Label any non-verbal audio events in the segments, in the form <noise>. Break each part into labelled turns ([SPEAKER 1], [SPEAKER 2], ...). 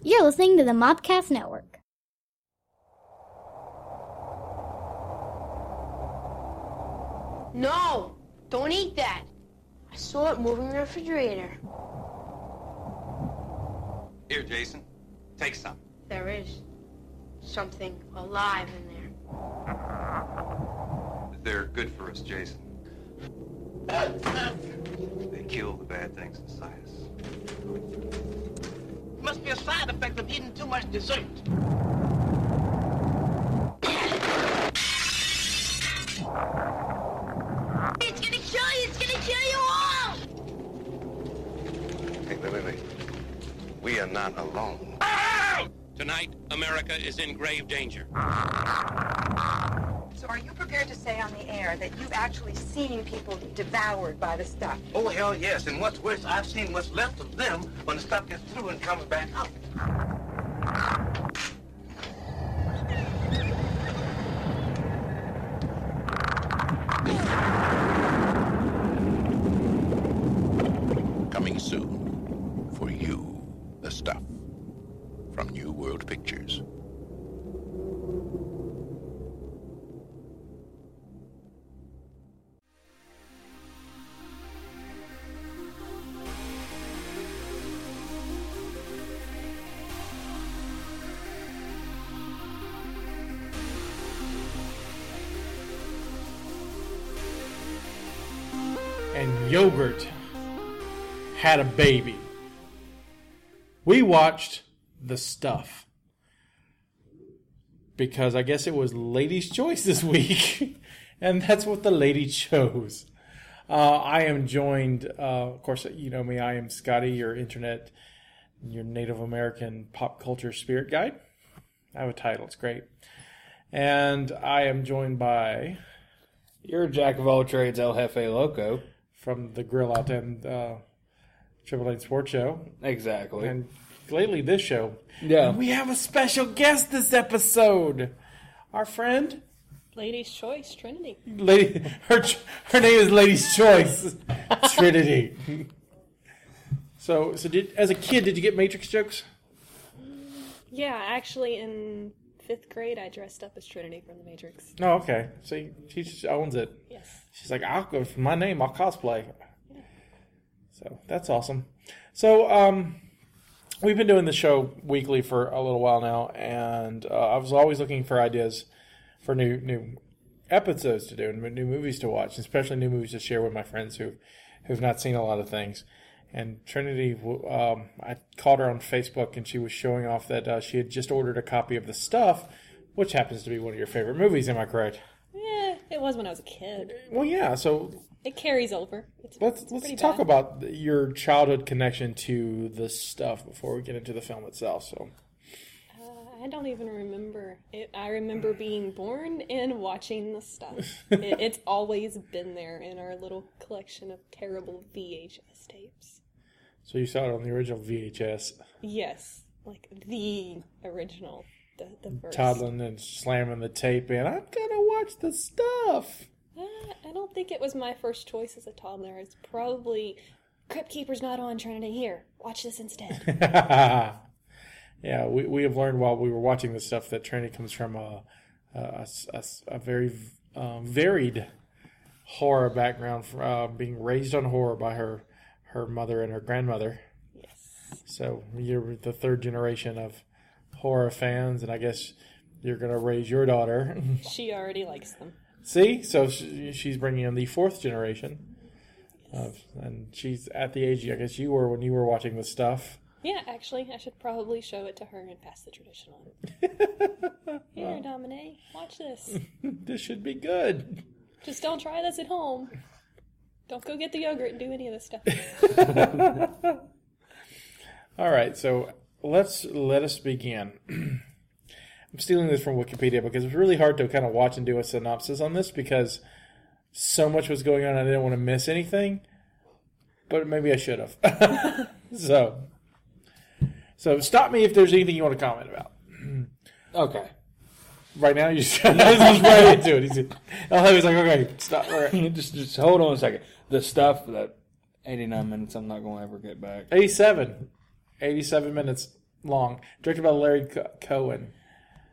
[SPEAKER 1] You're listening to the Mobcast Network.
[SPEAKER 2] No! Don't eat that! I saw it moving in the refrigerator.
[SPEAKER 3] Here, Jason. Take some.
[SPEAKER 2] There is something alive in there.
[SPEAKER 3] They're good for us, Jason. They kill the bad things inside us.
[SPEAKER 4] Must be a side effect of eating too much dessert.
[SPEAKER 2] It's gonna kill you! It's gonna kill you all!
[SPEAKER 3] Hey, wait, wait, wait. We are not alone.
[SPEAKER 5] Tonight, America is in grave danger.
[SPEAKER 6] So are you prepared to say on the air that you've actually seen people devoured by the stuff?
[SPEAKER 4] Oh, hell yes. And what's worse, I've seen what's left of them when the stuff gets through and comes back out.
[SPEAKER 7] Coming soon for you, the stuff from New World Pictures.
[SPEAKER 8] and yogurt had a baby. We watched The Stuff because I guess it was Lady's Choice this week, <laughs> and that's what the lady chose. Uh, I am joined, uh, of course, you know me, I am Scotty, your internet, your Native American pop culture spirit guide. I have a title, it's great. And I am joined by
[SPEAKER 9] You're a jack of all trades, El Jefe Loco.
[SPEAKER 8] from the Grill Out and uh, Triple Eight Sports Show,
[SPEAKER 9] Exactly.
[SPEAKER 8] and lately this show.
[SPEAKER 9] yeah.
[SPEAKER 8] And we have a special guest this episode. Our friend,
[SPEAKER 10] Lady's Choice Trinity.
[SPEAKER 8] Lady, <laughs> her ch- her name is Lady's Choice
[SPEAKER 9] <laughs>
[SPEAKER 8] Trinity. So, so did as a kid, did you get Matrix jokes?
[SPEAKER 10] Yeah, actually, in fifth grade, I dressed up as Trinity from The Matrix.
[SPEAKER 8] No, okay. See, she just owns it.
[SPEAKER 10] Yes.
[SPEAKER 8] She's like, I'll go for my name. I'll cosplay. So that's awesome. So um, we've been doing the show weekly for a little while now, and uh, I was always looking for ideas for new new episodes to do and new movies to watch, especially new movies to share with my friends who who've not seen a lot of things. And Trinity, w- um, I caught her on Facebook, and she was showing off that uh, she had just ordered a copy of The Stuff, which happens to be one of your favorite movies. Am I correct?
[SPEAKER 10] Yeah, it was when I was a kid.
[SPEAKER 8] Well, yeah. So
[SPEAKER 10] It carries over. It's,
[SPEAKER 8] let's
[SPEAKER 10] it's
[SPEAKER 8] let's
[SPEAKER 10] pretty
[SPEAKER 8] talk
[SPEAKER 10] bad.
[SPEAKER 8] about th- your childhood connection to the stuff before we get into the film itself. So,
[SPEAKER 10] I don't even remember. It, I remember being born and watching the stuff.
[SPEAKER 8] <laughs>
[SPEAKER 10] it, it's always been there in our little collection of terrible VHS tapes.
[SPEAKER 8] so you saw it on the original VHS,
[SPEAKER 10] Yes, like the original, the, the first.
[SPEAKER 8] toddling and slamming the tape in. I'm gonna watch the stuff.
[SPEAKER 10] Uh, I don't think it was my first choice as a toddler. It's probably Crypt Keeper's not on Trinity here. Watch this instead.
[SPEAKER 8] <laughs> yeah, we we have learned while we were watching this stuff that Trinity comes from a a, a s- a s- a very um, varied horror background, from, uh, being raised on horror by her her mother and her grandmother.
[SPEAKER 10] yes.
[SPEAKER 8] So you're the third generation of horror fans, and I guess you're gonna raise your daughter. <laughs>
[SPEAKER 10] She already likes them.
[SPEAKER 8] See, so sh- she's bringing in the fourth generation, of, and she's at the age I guess you were when you were watching this stuff.
[SPEAKER 10] Yeah, actually, I should probably show it to her and pass the tradition on. Here, Domine, watch this.
[SPEAKER 8] This should be good.
[SPEAKER 10] Just don't try this at home. Don't go get the yogurt and do any of this stuff.
[SPEAKER 8] All right, so let's let us begin. <clears throat> I'm stealing this from Wikipedia because it's really hard to kind of watch and do a synopsis on this because so much was going on. I didn't want to miss anything, but maybe I should have. <laughs> so, so stop me if there's anything you want to comment about.
[SPEAKER 9] Okay.
[SPEAKER 8] Right now, you <laughs> just, he's right into it. He's, I'll have- he's like, okay, stop. All right.
[SPEAKER 9] <laughs> just just hold on a second. The stuff that 89 minutes I'm not going to ever get back.
[SPEAKER 8] 87. 87 minutes. long, directed by Larry Co- Cohen.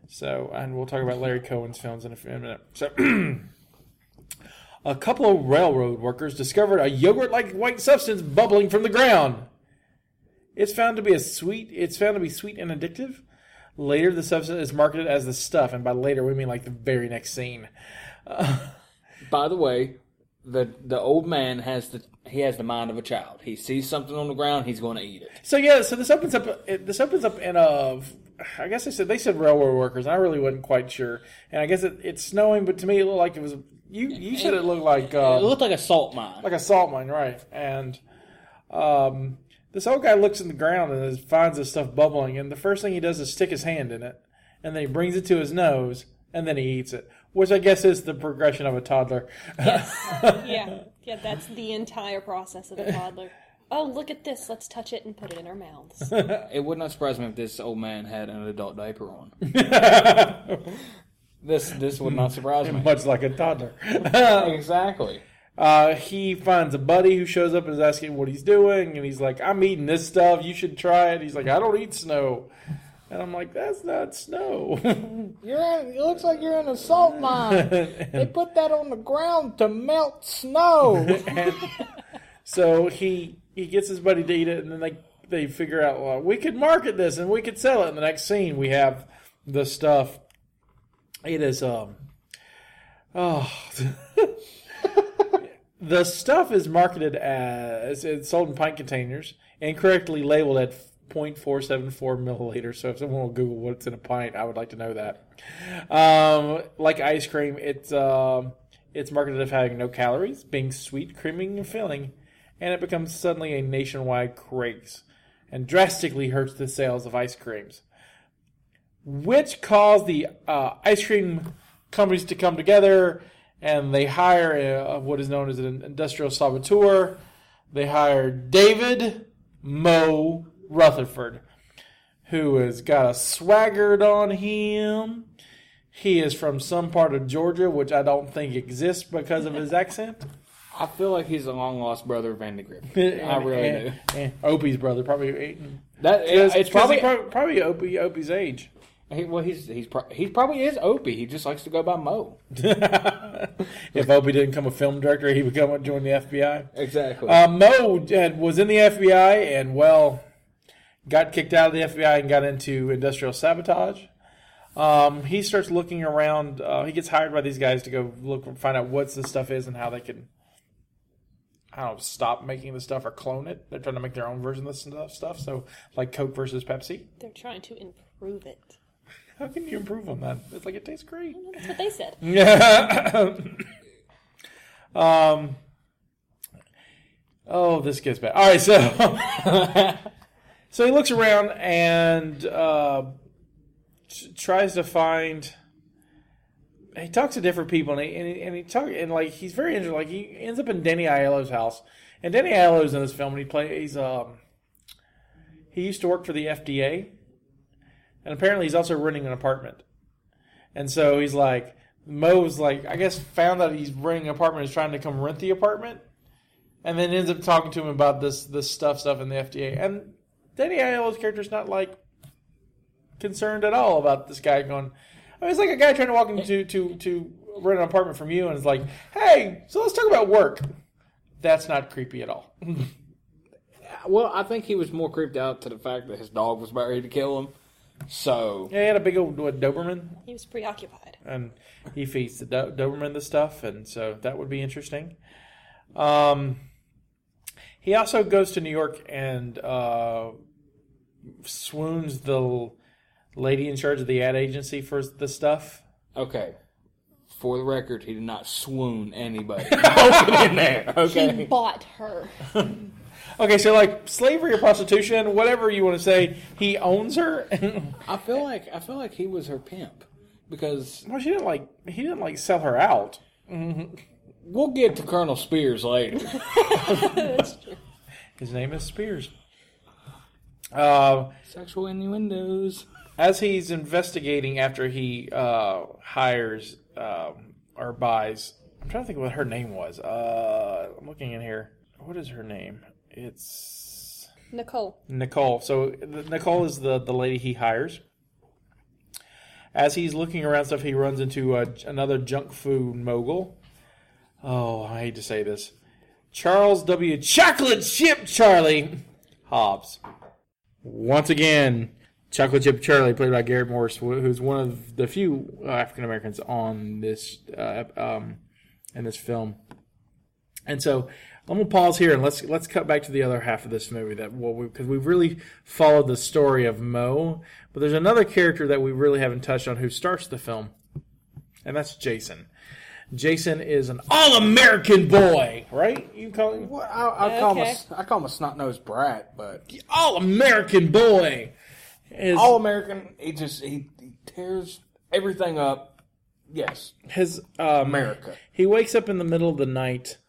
[SPEAKER 8] So, and we'll talk about Larry Cohen's films in a, f- in a minute. So, <clears throat> a couple of railroad workers discovered a yogurt-like white substance bubbling from the ground. It's found to be a sweet. It's found to be sweet and addictive. Later, the substance is marketed as the stuff, and by later we mean like the very next scene.
[SPEAKER 9] By the way, the the old man has the he has the mind of a child. He sees something on the ground, he's going to eat it.
[SPEAKER 8] So yeah, so this opens up. it- This opens up in a. I guess they said they said railroad workers. and I really wasn't quite sure, and I guess it, it's snowing, but to me it looked like it was. You you said it looked like
[SPEAKER 9] It
[SPEAKER 8] um,
[SPEAKER 9] looked like a salt mine.
[SPEAKER 8] like a salt mine, right? And um, this old guy looks in the ground and is- finds this stuff bubbling, and the first thing he does is stick his hand in it, and then he brings it to his nose, and then he eats it, which I guess is the progression of a
[SPEAKER 9] <laughs>
[SPEAKER 8] toddler. <laughs>
[SPEAKER 10] Yeah, yeah, that's the entire process of a toddler. Oh, look at this. Let's touch it and put it in our mouths.
[SPEAKER 9] It would not surprise me if this old man had an adult diaper on. this this would
[SPEAKER 8] <laughs>
[SPEAKER 9] not surprise me.
[SPEAKER 8] Much like a toddler.
[SPEAKER 9] <laughs> Exactly.
[SPEAKER 8] Uh, he finds a buddy who shows up and is asking what he's doing, and he's like, "I'm eating this stuff. You should try it." He's like, "I don't eat snow," and I'm like, "That's not snow." <laughs>
[SPEAKER 9] You're in, it looks like you're in a salt mine. they put that on the ground to melt snow.
[SPEAKER 8] <laughs> and so he he gets his buddy to eat it, and then they they figure out well, we could market this and we could sell it. In the next scene, we have the stuff. It is um oh. <laughs> The stuff is marketed as it's sold in pint containers and correctly labeled at 0.474 milliliters. So if someone will Google what's in a pint, I would like to know that. Um, like ice cream, it's um, it's marketed as having no calories, being sweet, creamy, and filling, and it becomes suddenly a nationwide craze and drastically hurts the sales of ice creams, which caused the uh, ice cream companies to come together and they hire uh what is known as an industrial saboteur. They hire David Mo Rutherford, who has got a swaggered on him. He is from some part of Georgia, which I don't think exists because of his accent.
[SPEAKER 9] I feel like he's a long lost brother of
[SPEAKER 8] <laughs>
[SPEAKER 9] Andy Griffith. <laughs> I
[SPEAKER 8] And-
[SPEAKER 9] really
[SPEAKER 8] and-
[SPEAKER 9] do.
[SPEAKER 8] and Opie's brother, probably.
[SPEAKER 9] That
[SPEAKER 8] It's,
[SPEAKER 9] it's probably,
[SPEAKER 8] probably probably Opie Opie's age. <laughs>
[SPEAKER 9] he, well he's he's pro- he probably is Opie. He just likes to go by Mo.
[SPEAKER 8] if Opie didn't become a film director, he would come and join the FBI.
[SPEAKER 9] Exactly.
[SPEAKER 8] Uh, Mo had, was in the FBI and well, got kicked out of the FBI and got into industrial sabotage. Um, he starts looking around. Uh, he gets hired by these guys to go look and find out what this stuff is and how they can, I don't know, stop making the stuff or clone it. They're trying to make their own version of this stuff. stuff so like Coke versus Pepsi.
[SPEAKER 10] They're trying to improve it.
[SPEAKER 8] How can you improve on that? It's like it tastes great.
[SPEAKER 10] That's what they said.
[SPEAKER 8] <laughs> um. Oh, this gets bad. All right, so <laughs> so he looks around and uh, t- tries to find. He talks to different people, and he and he, and he talk and like he's very interesting. Like he ends up in Danny Aiello's house, and Danny Aiello's in this film, and he plays. Um, he used to work for the FDA, and apparently he's also renting an apartment. And so he's like, Mo's like, I guess found that he's renting an apartment, is trying to come rent the apartment, and then ends up talking to him about this this stuff stuff in the FDA. And Danny Aiello's character's not like concerned at all about this guy going. I mean, it's like a guy trying to walk into to to rent an apartment from you, and it's like, hey, so let's talk about work. That's not creepy at all.
[SPEAKER 9] well, I think he was more creeped out to the fact that his dog was about ready to kill him. So
[SPEAKER 8] Yeah, he had a big old what, Doberman,
[SPEAKER 10] He was preoccupied.
[SPEAKER 8] and Um, he feeds the Do- Doberman the stuff, and so that would be interesting. Um, he also goes to New York and uh, swoons the l- lady in charge of the ad agency for the stuff.
[SPEAKER 9] okay. For the record, he did not swoon anybody. Open in there.
[SPEAKER 10] He
[SPEAKER 9] Okay.
[SPEAKER 10] bought her.
[SPEAKER 8] <laughs> Okay, so like slavery or prostitution, whatever you want to say, he owns her. <laughs>
[SPEAKER 9] I feel like I feel like he was her pimp because
[SPEAKER 8] well, she didn't like he didn't like sell her out.
[SPEAKER 9] we'll get to Colonel Spears later.
[SPEAKER 8] His name is Spears. Uh,
[SPEAKER 9] Sexual innuendos.
[SPEAKER 8] as he's investigating after he uh, hires um, or buys i'm trying to think of what her name was uh, i'm looking in here what is her name it's
[SPEAKER 10] Nicole.
[SPEAKER 8] Nicole. So th- Nicole is the, the lady he hires. As he's looking around stuff, he runs into uh, j- another junk food mogul. Oh, I hate to say this. Charles W. Chocolate Chip Charlie Hobbs. Once again, Chocolate Chip Charlie, played by Garrett Morris, wh- who's one of the few uh, African Americans on this uh, ep- um, in this film. And so I'm gonna pause here and let's let's cut back to the other half of this movie that well because we, have really followed the story of Mo, but there's another character that we really haven't touched on who starts the film, and that's Jason. Jason is an all-American boy, right? You call him
[SPEAKER 9] Well, I, I call him a
[SPEAKER 10] Okay.
[SPEAKER 9] s- I call him a snot nosed brat, but
[SPEAKER 8] all-American boy. His,
[SPEAKER 9] all American. He just he, he tears everything up. Yes,
[SPEAKER 8] his um,
[SPEAKER 9] America.
[SPEAKER 8] He wakes up in the middle of the night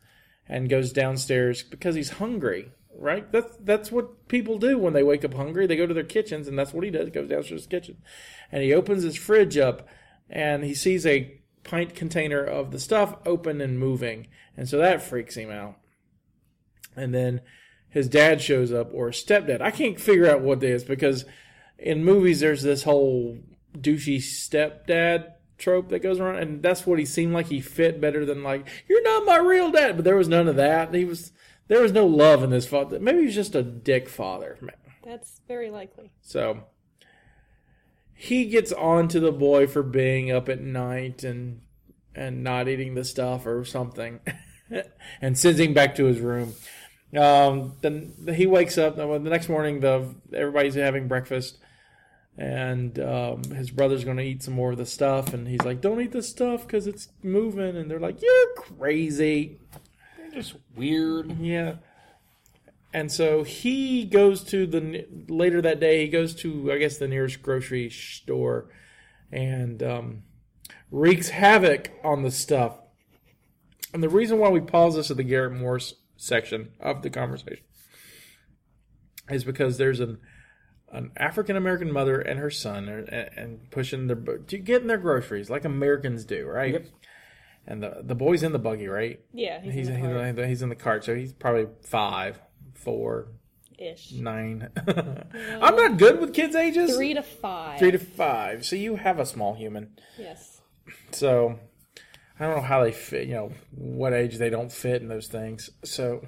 [SPEAKER 8] and goes downstairs because he's hungry, right? That's that's what people do when they wake up hungry. They go to their kitchens and that's what he does. He goes downstairs to his kitchen. And he opens his fridge up and he sees a pint container of the stuff open and moving. And so that freaks him out. And then his dad shows up or his stepdad. I can't figure out what it is because in movies there's this whole douchey stepdad trope that goes around and that's what he seemed like he fit better than like you're not my real dad but there was none of that he was there was no love in this father maybe he was just a dick father
[SPEAKER 10] That's very likely.
[SPEAKER 8] so he gets on to the boy for being up at night and and not eating the stuff or something, <laughs> and sends him back to his room. Um, then he wakes up well, the next morning. The everybody's having breakfast, and um, his brother's going to eat some more of the stuff. And he's like, "Don't eat the stuff because it's moving." And they're like, "You're crazy."
[SPEAKER 9] Just weird.
[SPEAKER 8] Yeah. And so he goes to the later that day. He goes to I guess the nearest grocery store, and um, wreaks havoc on the stuff. And the reason why we pause this at the Garrett Morse section of the conversation is because there's an an African American mother and her son are, and, and pushing their bu- to getting their groceries like Americans do, right?
[SPEAKER 9] Yep.
[SPEAKER 8] And the the boy's in the buggy, right?
[SPEAKER 10] Yeah, he's,
[SPEAKER 8] He's
[SPEAKER 10] in the
[SPEAKER 8] he's,
[SPEAKER 10] car.
[SPEAKER 8] in the, he's in the cart, so he's probably five, four,
[SPEAKER 10] ish.
[SPEAKER 8] nine. <laughs> I'm not good with kids' ages.
[SPEAKER 10] Three to five.
[SPEAKER 8] Three to five. So you have a small human.
[SPEAKER 10] yes.
[SPEAKER 8] So I don't know how they fit. You know what age they don't fit in those things. So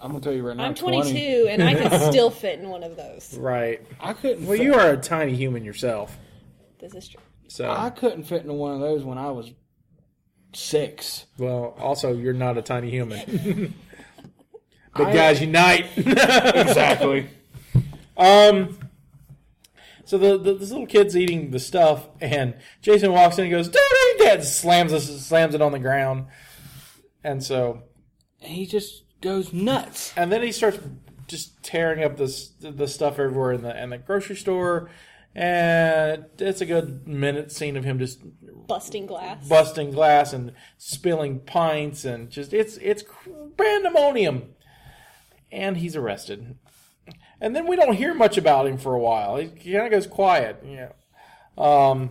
[SPEAKER 9] I'm gonna tell you right now.
[SPEAKER 10] I'm
[SPEAKER 9] 20.
[SPEAKER 10] 22 and I could still fit in one of those.
[SPEAKER 8] right.
[SPEAKER 9] I couldn't.
[SPEAKER 8] Well,
[SPEAKER 9] fit,
[SPEAKER 8] you are a tiny human yourself.
[SPEAKER 10] This is true.
[SPEAKER 8] So
[SPEAKER 9] I couldn't fit into one of those when I was six.
[SPEAKER 8] well, also you're not a tiny human. Big
[SPEAKER 9] I-
[SPEAKER 8] guys unite.
[SPEAKER 9] Exactly.
[SPEAKER 8] Um. So the, the this little kid's eating the stuff, and Jason walks in and goes, "Don't eat that!" slams us, slams it on the ground, and so
[SPEAKER 9] he just goes nuts.
[SPEAKER 8] and then he starts just tearing up this the stuff everywhere in the in the grocery store, and it's a good minute scene of him just
[SPEAKER 10] Busting glass.
[SPEAKER 8] busting glass and spilling pints and just it's it's pandemonium. And he's arrested. And then we don't hear much about him for a while. He kind of goes quiet. Yeah. Um,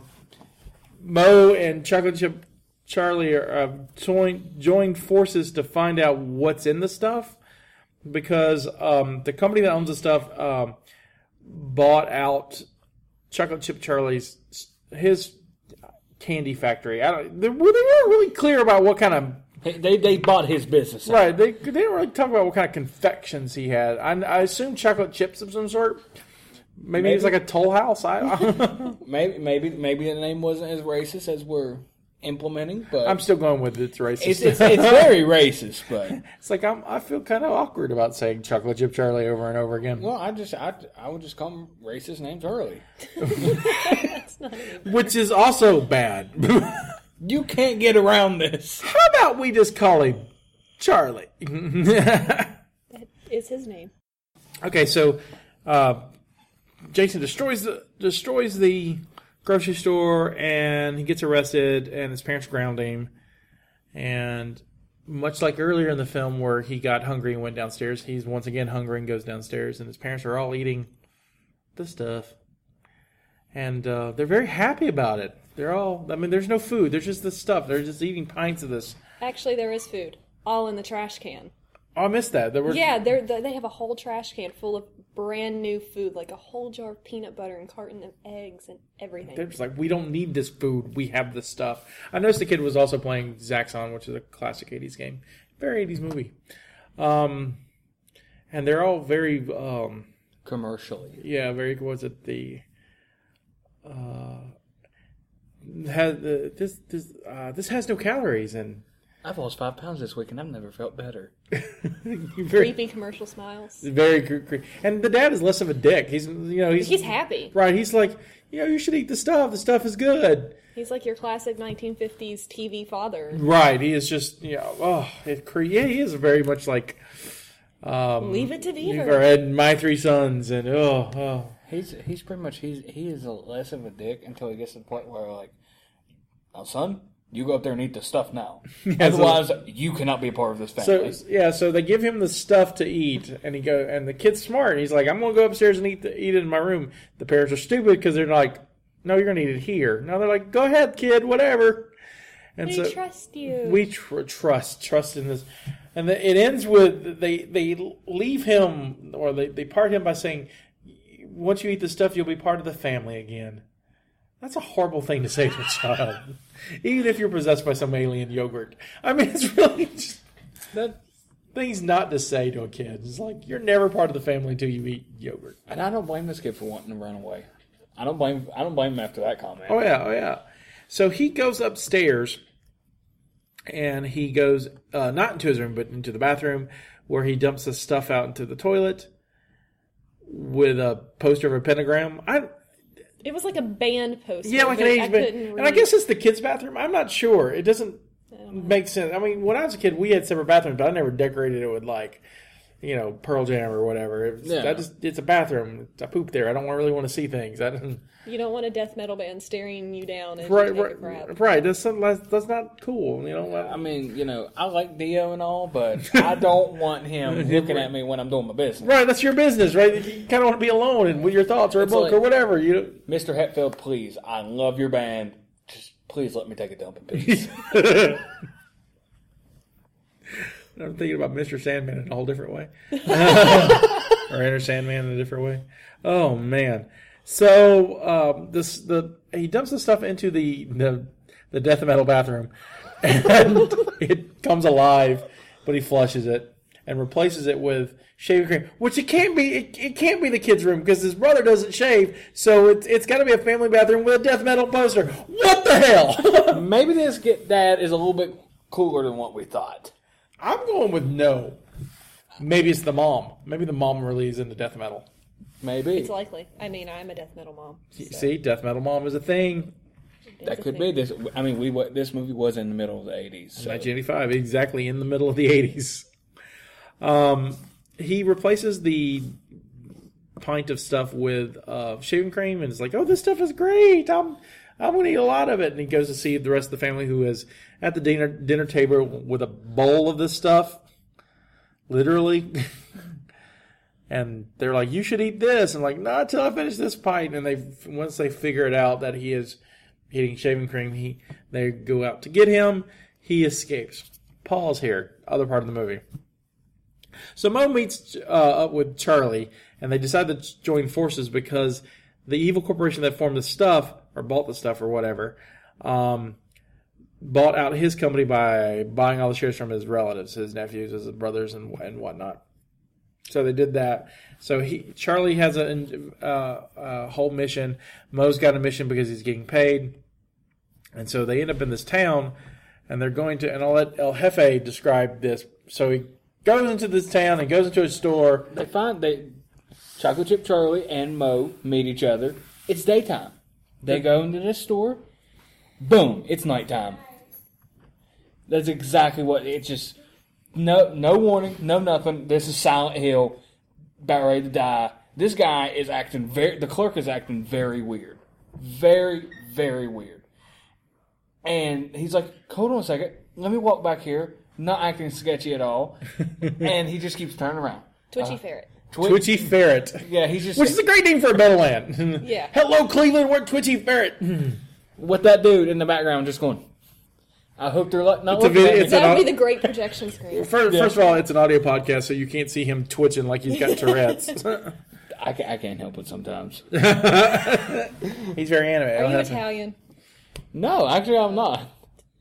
[SPEAKER 8] Mo and Chocolate Chip Charlie are uh, joined joined forces to find out what's in the stuff because um, the company that owns the stuff um, bought out Chocolate Chip Charlie's his candy factory. I don't. They, well, they weren't really clear about what kind of
[SPEAKER 9] He- They they bought his business. out.
[SPEAKER 8] right. They, they didn't really talk about what kind of confections he had. I, I assume chocolate chips of some sort. Maybe, it was like
[SPEAKER 9] Maybe.
[SPEAKER 8] a toll house. I, I, <laughs>
[SPEAKER 9] Maybe maybe maybe the name wasn't as racist as we're implementing, but
[SPEAKER 8] I'm still going with it's racist. <laughs>
[SPEAKER 9] <laughs> it's, <laughs> it's it's very racist. <laughs> But
[SPEAKER 8] It's like I'm, I feel kind of awkward about saying chocolate chip Charlie over and over again,
[SPEAKER 9] well, I just I, I would just call him racist names early.
[SPEAKER 8] which is also bad. <laughs> How
[SPEAKER 9] You can't get around this.
[SPEAKER 8] about we just call him Charlie?
[SPEAKER 10] That is his name.
[SPEAKER 8] Okay, so uh, Jason destroys the destroys the grocery store, and he gets arrested, and his parents ground him. And much like earlier in the film, where he got hungry and went downstairs, he's once again hungry and goes downstairs, and his parents are all eating the stuff, and uh, they're very happy about it. They're all, I mean, there's no food. There's just the stuff. They're just eating pints of this.
[SPEAKER 10] Actually, there is food. All in the trash can.
[SPEAKER 8] Oh, I missed that. There were
[SPEAKER 10] Yeah, they're, they they have a whole trash can full of brand new food, like a whole jar of peanut butter and carton of eggs and everything.
[SPEAKER 8] They're just like, we don't need this food. We have this stuff. I noticed the kid was also playing Zaxxon, which is a classic 80s game. Very 80s movie. Um, and they're all very, um,
[SPEAKER 9] commercially.
[SPEAKER 8] yeah, very, was it the, uh, had the, this, this, uh, this has no calories and <laughs>
[SPEAKER 9] I've lost five pounds this week and I've never felt better.
[SPEAKER 8] very,
[SPEAKER 10] Creepy commercial smiles.
[SPEAKER 8] very, cre- cre- and the dad is less of a dick. He's, you know, he's,
[SPEAKER 10] He's happy.
[SPEAKER 8] right. He's like, you know, you should eat the stuff. The stuff is good.
[SPEAKER 10] He's like your classic 1950s TV father.
[SPEAKER 8] Right, he is just you know, oh, it cre- yeah, he is very much like um,
[SPEAKER 10] Leave it to
[SPEAKER 8] You've
[SPEAKER 10] Beaver.
[SPEAKER 8] read My Three Sons and oh, oh.
[SPEAKER 9] He's he's pretty much he's he is a less of a dick until he gets to the point where like, now son, you go up there and eat the stuff <laughs> now. Otherwise, you cannot be a part of this
[SPEAKER 8] So
[SPEAKER 9] family.
[SPEAKER 8] yeah, so they give him the stuff to eat, and he go and the kid's smart. He's like, I'm gonna go upstairs and eat the, eat it in my room. The parents are stupid because they're like, No, you're gonna eat it here. No, they're like, Go ahead, kid, whatever. And
[SPEAKER 10] We
[SPEAKER 8] so
[SPEAKER 10] trust you.
[SPEAKER 8] we tr- trust trust in this and the, it ends with they they leave him or they, they part him by saying once you eat this stuff you'll be part of the family again that's a horrible thing to say to a <laughs> child even if you're possessed by some alien yogurt i mean it's really just that things not to say to a kid it's like you're never part of the family until you eat yogurt
[SPEAKER 9] and I don't blame this kid for wanting to run away. I don't blame I don't blame him after that comment.
[SPEAKER 8] Oh yeah, oh yeah. So he goes upstairs, and he goes uh, not into his room, but into the bathroom, where he dumps his stuff out into the toilet with a poster of a pentagram. I
[SPEAKER 10] It was like a band poster.
[SPEAKER 8] yeah, like an
[SPEAKER 10] but
[SPEAKER 8] age,
[SPEAKER 10] I
[SPEAKER 8] but
[SPEAKER 10] couldn't read.
[SPEAKER 8] and I guess it's the kids' bathroom. I'm not sure. It doesn't make sense. I mean, when I was a kid, we had separate bathrooms, but I never decorated it with like. You know, Pearl Jam or whatever. It was,
[SPEAKER 9] Yeah.
[SPEAKER 8] I just, it's a bathroom. I poop there. I don't really want to see things. I don't,
[SPEAKER 10] you don't want a death metal band staring you down as you
[SPEAKER 8] right,
[SPEAKER 10] take a
[SPEAKER 8] right,
[SPEAKER 10] crap.
[SPEAKER 8] right. That's, some- that's that's not cool. You know,
[SPEAKER 9] I mean, you know, I like Dio and all, but I don't want him <laughs> looking at me when I'm doing my business.
[SPEAKER 8] Right, that's your business, right? You kind of want to be alone and with your thoughts or a
[SPEAKER 9] It's
[SPEAKER 8] book
[SPEAKER 9] like-
[SPEAKER 8] or whatever. You
[SPEAKER 9] Mr. Hetfield, please, I love your band. Just please let me take a dump in peace.
[SPEAKER 8] <laughs> I'm thinking about Mr. Sandman in a whole different way, or Enter Sandman in a different way. Oh man! So um, this the he dumps the stuff into the the, the death metal bathroom, <laughs> and it comes alive, but he flushes it and replaces it with shaving cream, which it can't be. It, it can't be the kid's room because his brother doesn't shave, so it's it's got to be a family bathroom with a death metal poster. What the hell?
[SPEAKER 9] Maybe this get dad is a little bit cooler than what we thought.
[SPEAKER 8] I'm going with no. Maybe it's the mom. Maybe the mom really is into death metal.
[SPEAKER 9] Maybe
[SPEAKER 10] It's likely. I mean, I'm a death metal mom.
[SPEAKER 8] See, death metal mom is a thing.
[SPEAKER 9] that could be this. I mean, we wa- this movie was in the middle of the '80s. So.
[SPEAKER 8] 1985, exactly in the middle of the 80s. Um, he replaces the pint of stuff with uh, shaving cream, and it's like, "Oh, this stuff is great. I'm I'm gonna eat a lot of it." And he goes to see the rest of the family who is at the dinner dinner table with a bowl of this stuff, literally. <laughs> and they're like, "You should eat this," and like, "Not until I finish this pint." And they once they figure it out that he is eating shaving cream, he they go out to get him. He escapes. Pause here. Other part of the movie. So Mo meets uh, up with Charlie, and they decide to j- join forces because the evil corporation that formed the stuff or bought the stuff or whatever um, bought out his company by buying all the shares from his relatives, his nephews, his brothers, and wh- and whatnot. So they did that. So he Charlie has a, uh, a whole mission. Mo's got a mission because he's getting paid, and so they end up in this town, and they're going to. And I'll let El Jefe describe this. So he goes into this town and goes into a store.
[SPEAKER 10] <laughs>
[SPEAKER 9] They find they chocolate chip Charlie and Mo meet each other. It's daytime. They go into this store. Boom! It's nighttime. That's exactly what it's just. No, no warning, no nothing. This is Silent Hill. About ready to die. This guy is acting very. The clerk is acting very weird. Very, very weird. And he's like, "Hold on a second. Let me walk back here." Not acting sketchy at all. and he just keeps turning around.
[SPEAKER 10] Twitchy
[SPEAKER 8] Uh,
[SPEAKER 10] ferret.
[SPEAKER 9] Twi-
[SPEAKER 8] Twitchy Ferret,
[SPEAKER 9] Yeah, he's just
[SPEAKER 8] which is a great name for a meadowland. <laughs>
[SPEAKER 10] Yeah.
[SPEAKER 8] Hello, Cleveland. We're Twitchy Ferret.
[SPEAKER 9] with that dude in the background just going, I hope they're like not
[SPEAKER 8] It's a
[SPEAKER 9] looking
[SPEAKER 8] vid-
[SPEAKER 9] at
[SPEAKER 8] it's
[SPEAKER 9] me.
[SPEAKER 8] an
[SPEAKER 10] That
[SPEAKER 8] au-
[SPEAKER 10] would be the great projection screen.
[SPEAKER 8] First, first of all, it's an audio podcast, so you can't see him twitching like he's
[SPEAKER 10] <laughs>
[SPEAKER 8] got Tourette's.
[SPEAKER 9] I, ca- I can't help it sometimes. <laughs>
[SPEAKER 8] he's very animated. I
[SPEAKER 10] Are
[SPEAKER 8] don't
[SPEAKER 10] you
[SPEAKER 8] have to-
[SPEAKER 10] Italian?
[SPEAKER 9] No, actually, I'm not.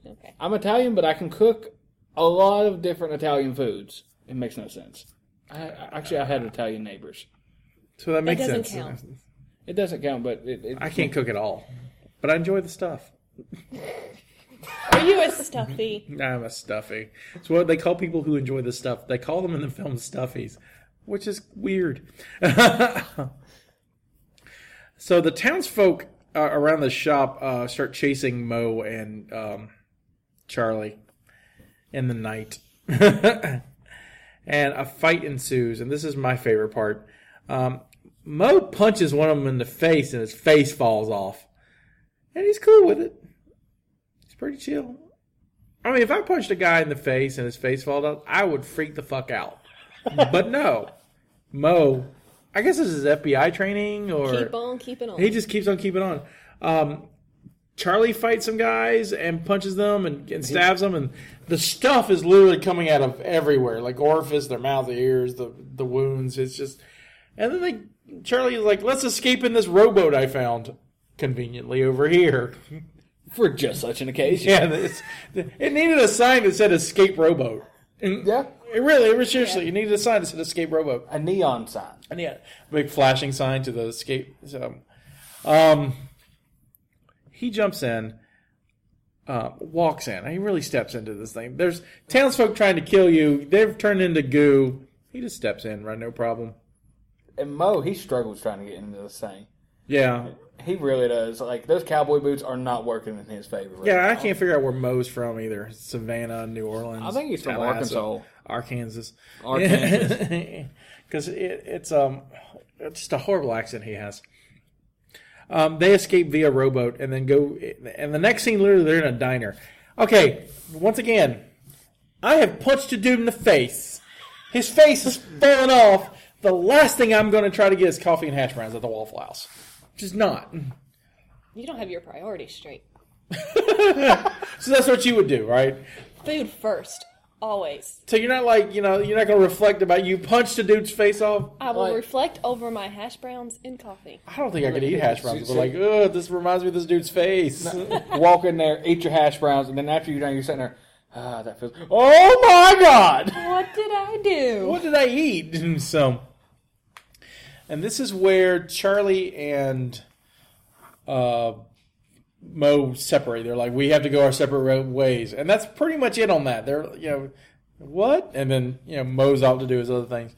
[SPEAKER 10] Okay.
[SPEAKER 9] I'm Italian, but I can cook a lot of different Italian foods. It makes no sense. I, I- actually I had Italian neighbors.
[SPEAKER 8] So that makes
[SPEAKER 10] doesn't
[SPEAKER 8] sense.
[SPEAKER 10] count.
[SPEAKER 9] It doesn't count, but it, it,
[SPEAKER 8] I can't cook at all, but I enjoy the stuff.
[SPEAKER 10] Are you a stuffy?
[SPEAKER 8] <laughs> I'm a stuffy. It's what they call people who enjoy the stuff. They call them in the film stuffies, which is weird. <laughs> so the townsfolk uh, around the shop uh, start chasing Mo and um, Charlie in the night, <laughs> and a fight ensues. And this is my favorite part. Um, Mo punches one of them in the face, and his face falls off, and he's cool with it. He's pretty chill. I mean, if I punched a guy in the face and his face fell out, I would freak the fuck out. but no, Mo. I guess this is FBI training, or
[SPEAKER 10] Keep on keeping on.
[SPEAKER 8] he just keeps on keeping on. Um, Charlie fights some guys and punches them and, and stabs them, and the stuff is literally coming out of everywhere, like orifice, their mouth, their ears, the the wounds. It's just, and then they Charlie is like, "Let's escape in this rowboat I found conveniently over here."
[SPEAKER 9] for just such an occasion.
[SPEAKER 8] Yeah, it's, it needed a sign that said "Escape Rowboat." And
[SPEAKER 9] Yeah.
[SPEAKER 8] it really, it was seriously, it needed a sign that said "Escape Rowboat."
[SPEAKER 9] A neon sign.
[SPEAKER 8] And yeah, big flashing sign to the escape. So, um, he jumps in, uh, walks in. He really steps into this thing. There's townsfolk trying to kill you. They've turned into goo. He just steps in, right? No problem.
[SPEAKER 9] And Mo, he struggles trying to get into this thing.
[SPEAKER 8] Yeah,
[SPEAKER 9] He really does. Like those cowboy boots are not working in his favor. right
[SPEAKER 8] yeah. I
[SPEAKER 9] now.
[SPEAKER 8] can't figure out where Moe's from either. Savannah, New Orleans.
[SPEAKER 9] I think he's from
[SPEAKER 8] Tallahassee,
[SPEAKER 9] Arkansas.
[SPEAKER 8] Arkansas. <laughs>
[SPEAKER 9] Arkansas.
[SPEAKER 8] because it, it's um it's just a horrible accent he has. Um, they escape via rowboat and then go. And the next scene, literally, they're in a diner. Okay, once again, I have punched a dude in the face. His face is falling off. The last thing I'm going to try to get is coffee and hash browns at the Waffle House. Just not.
[SPEAKER 10] You don't have your priorities straight.
[SPEAKER 8] So that's what you would do, right?
[SPEAKER 10] Food first, always.
[SPEAKER 8] So you're not like you know you're not going to reflect about you punched a dude's face off.
[SPEAKER 10] I will
[SPEAKER 9] Like-
[SPEAKER 10] reflect over my hash browns and coffee.
[SPEAKER 8] I don't think I could eat hash browns,
[SPEAKER 9] So-
[SPEAKER 8] but like, ugh, this reminds me of this dude's face.
[SPEAKER 9] <laughs>
[SPEAKER 8] <laughs>
[SPEAKER 9] Walk in there, eat your hash browns, and then after you're done, you're sitting there. Ah, that feels. Oh my God!
[SPEAKER 10] What did I do?
[SPEAKER 8] <laughs> what did I eat? <laughs> so, and this is where Charlie and uh, Mo separate. They're like, we have to go our separate ro- ways, and that's pretty much it on that. They're you know, what? And then you know, Mo's off to do his other things.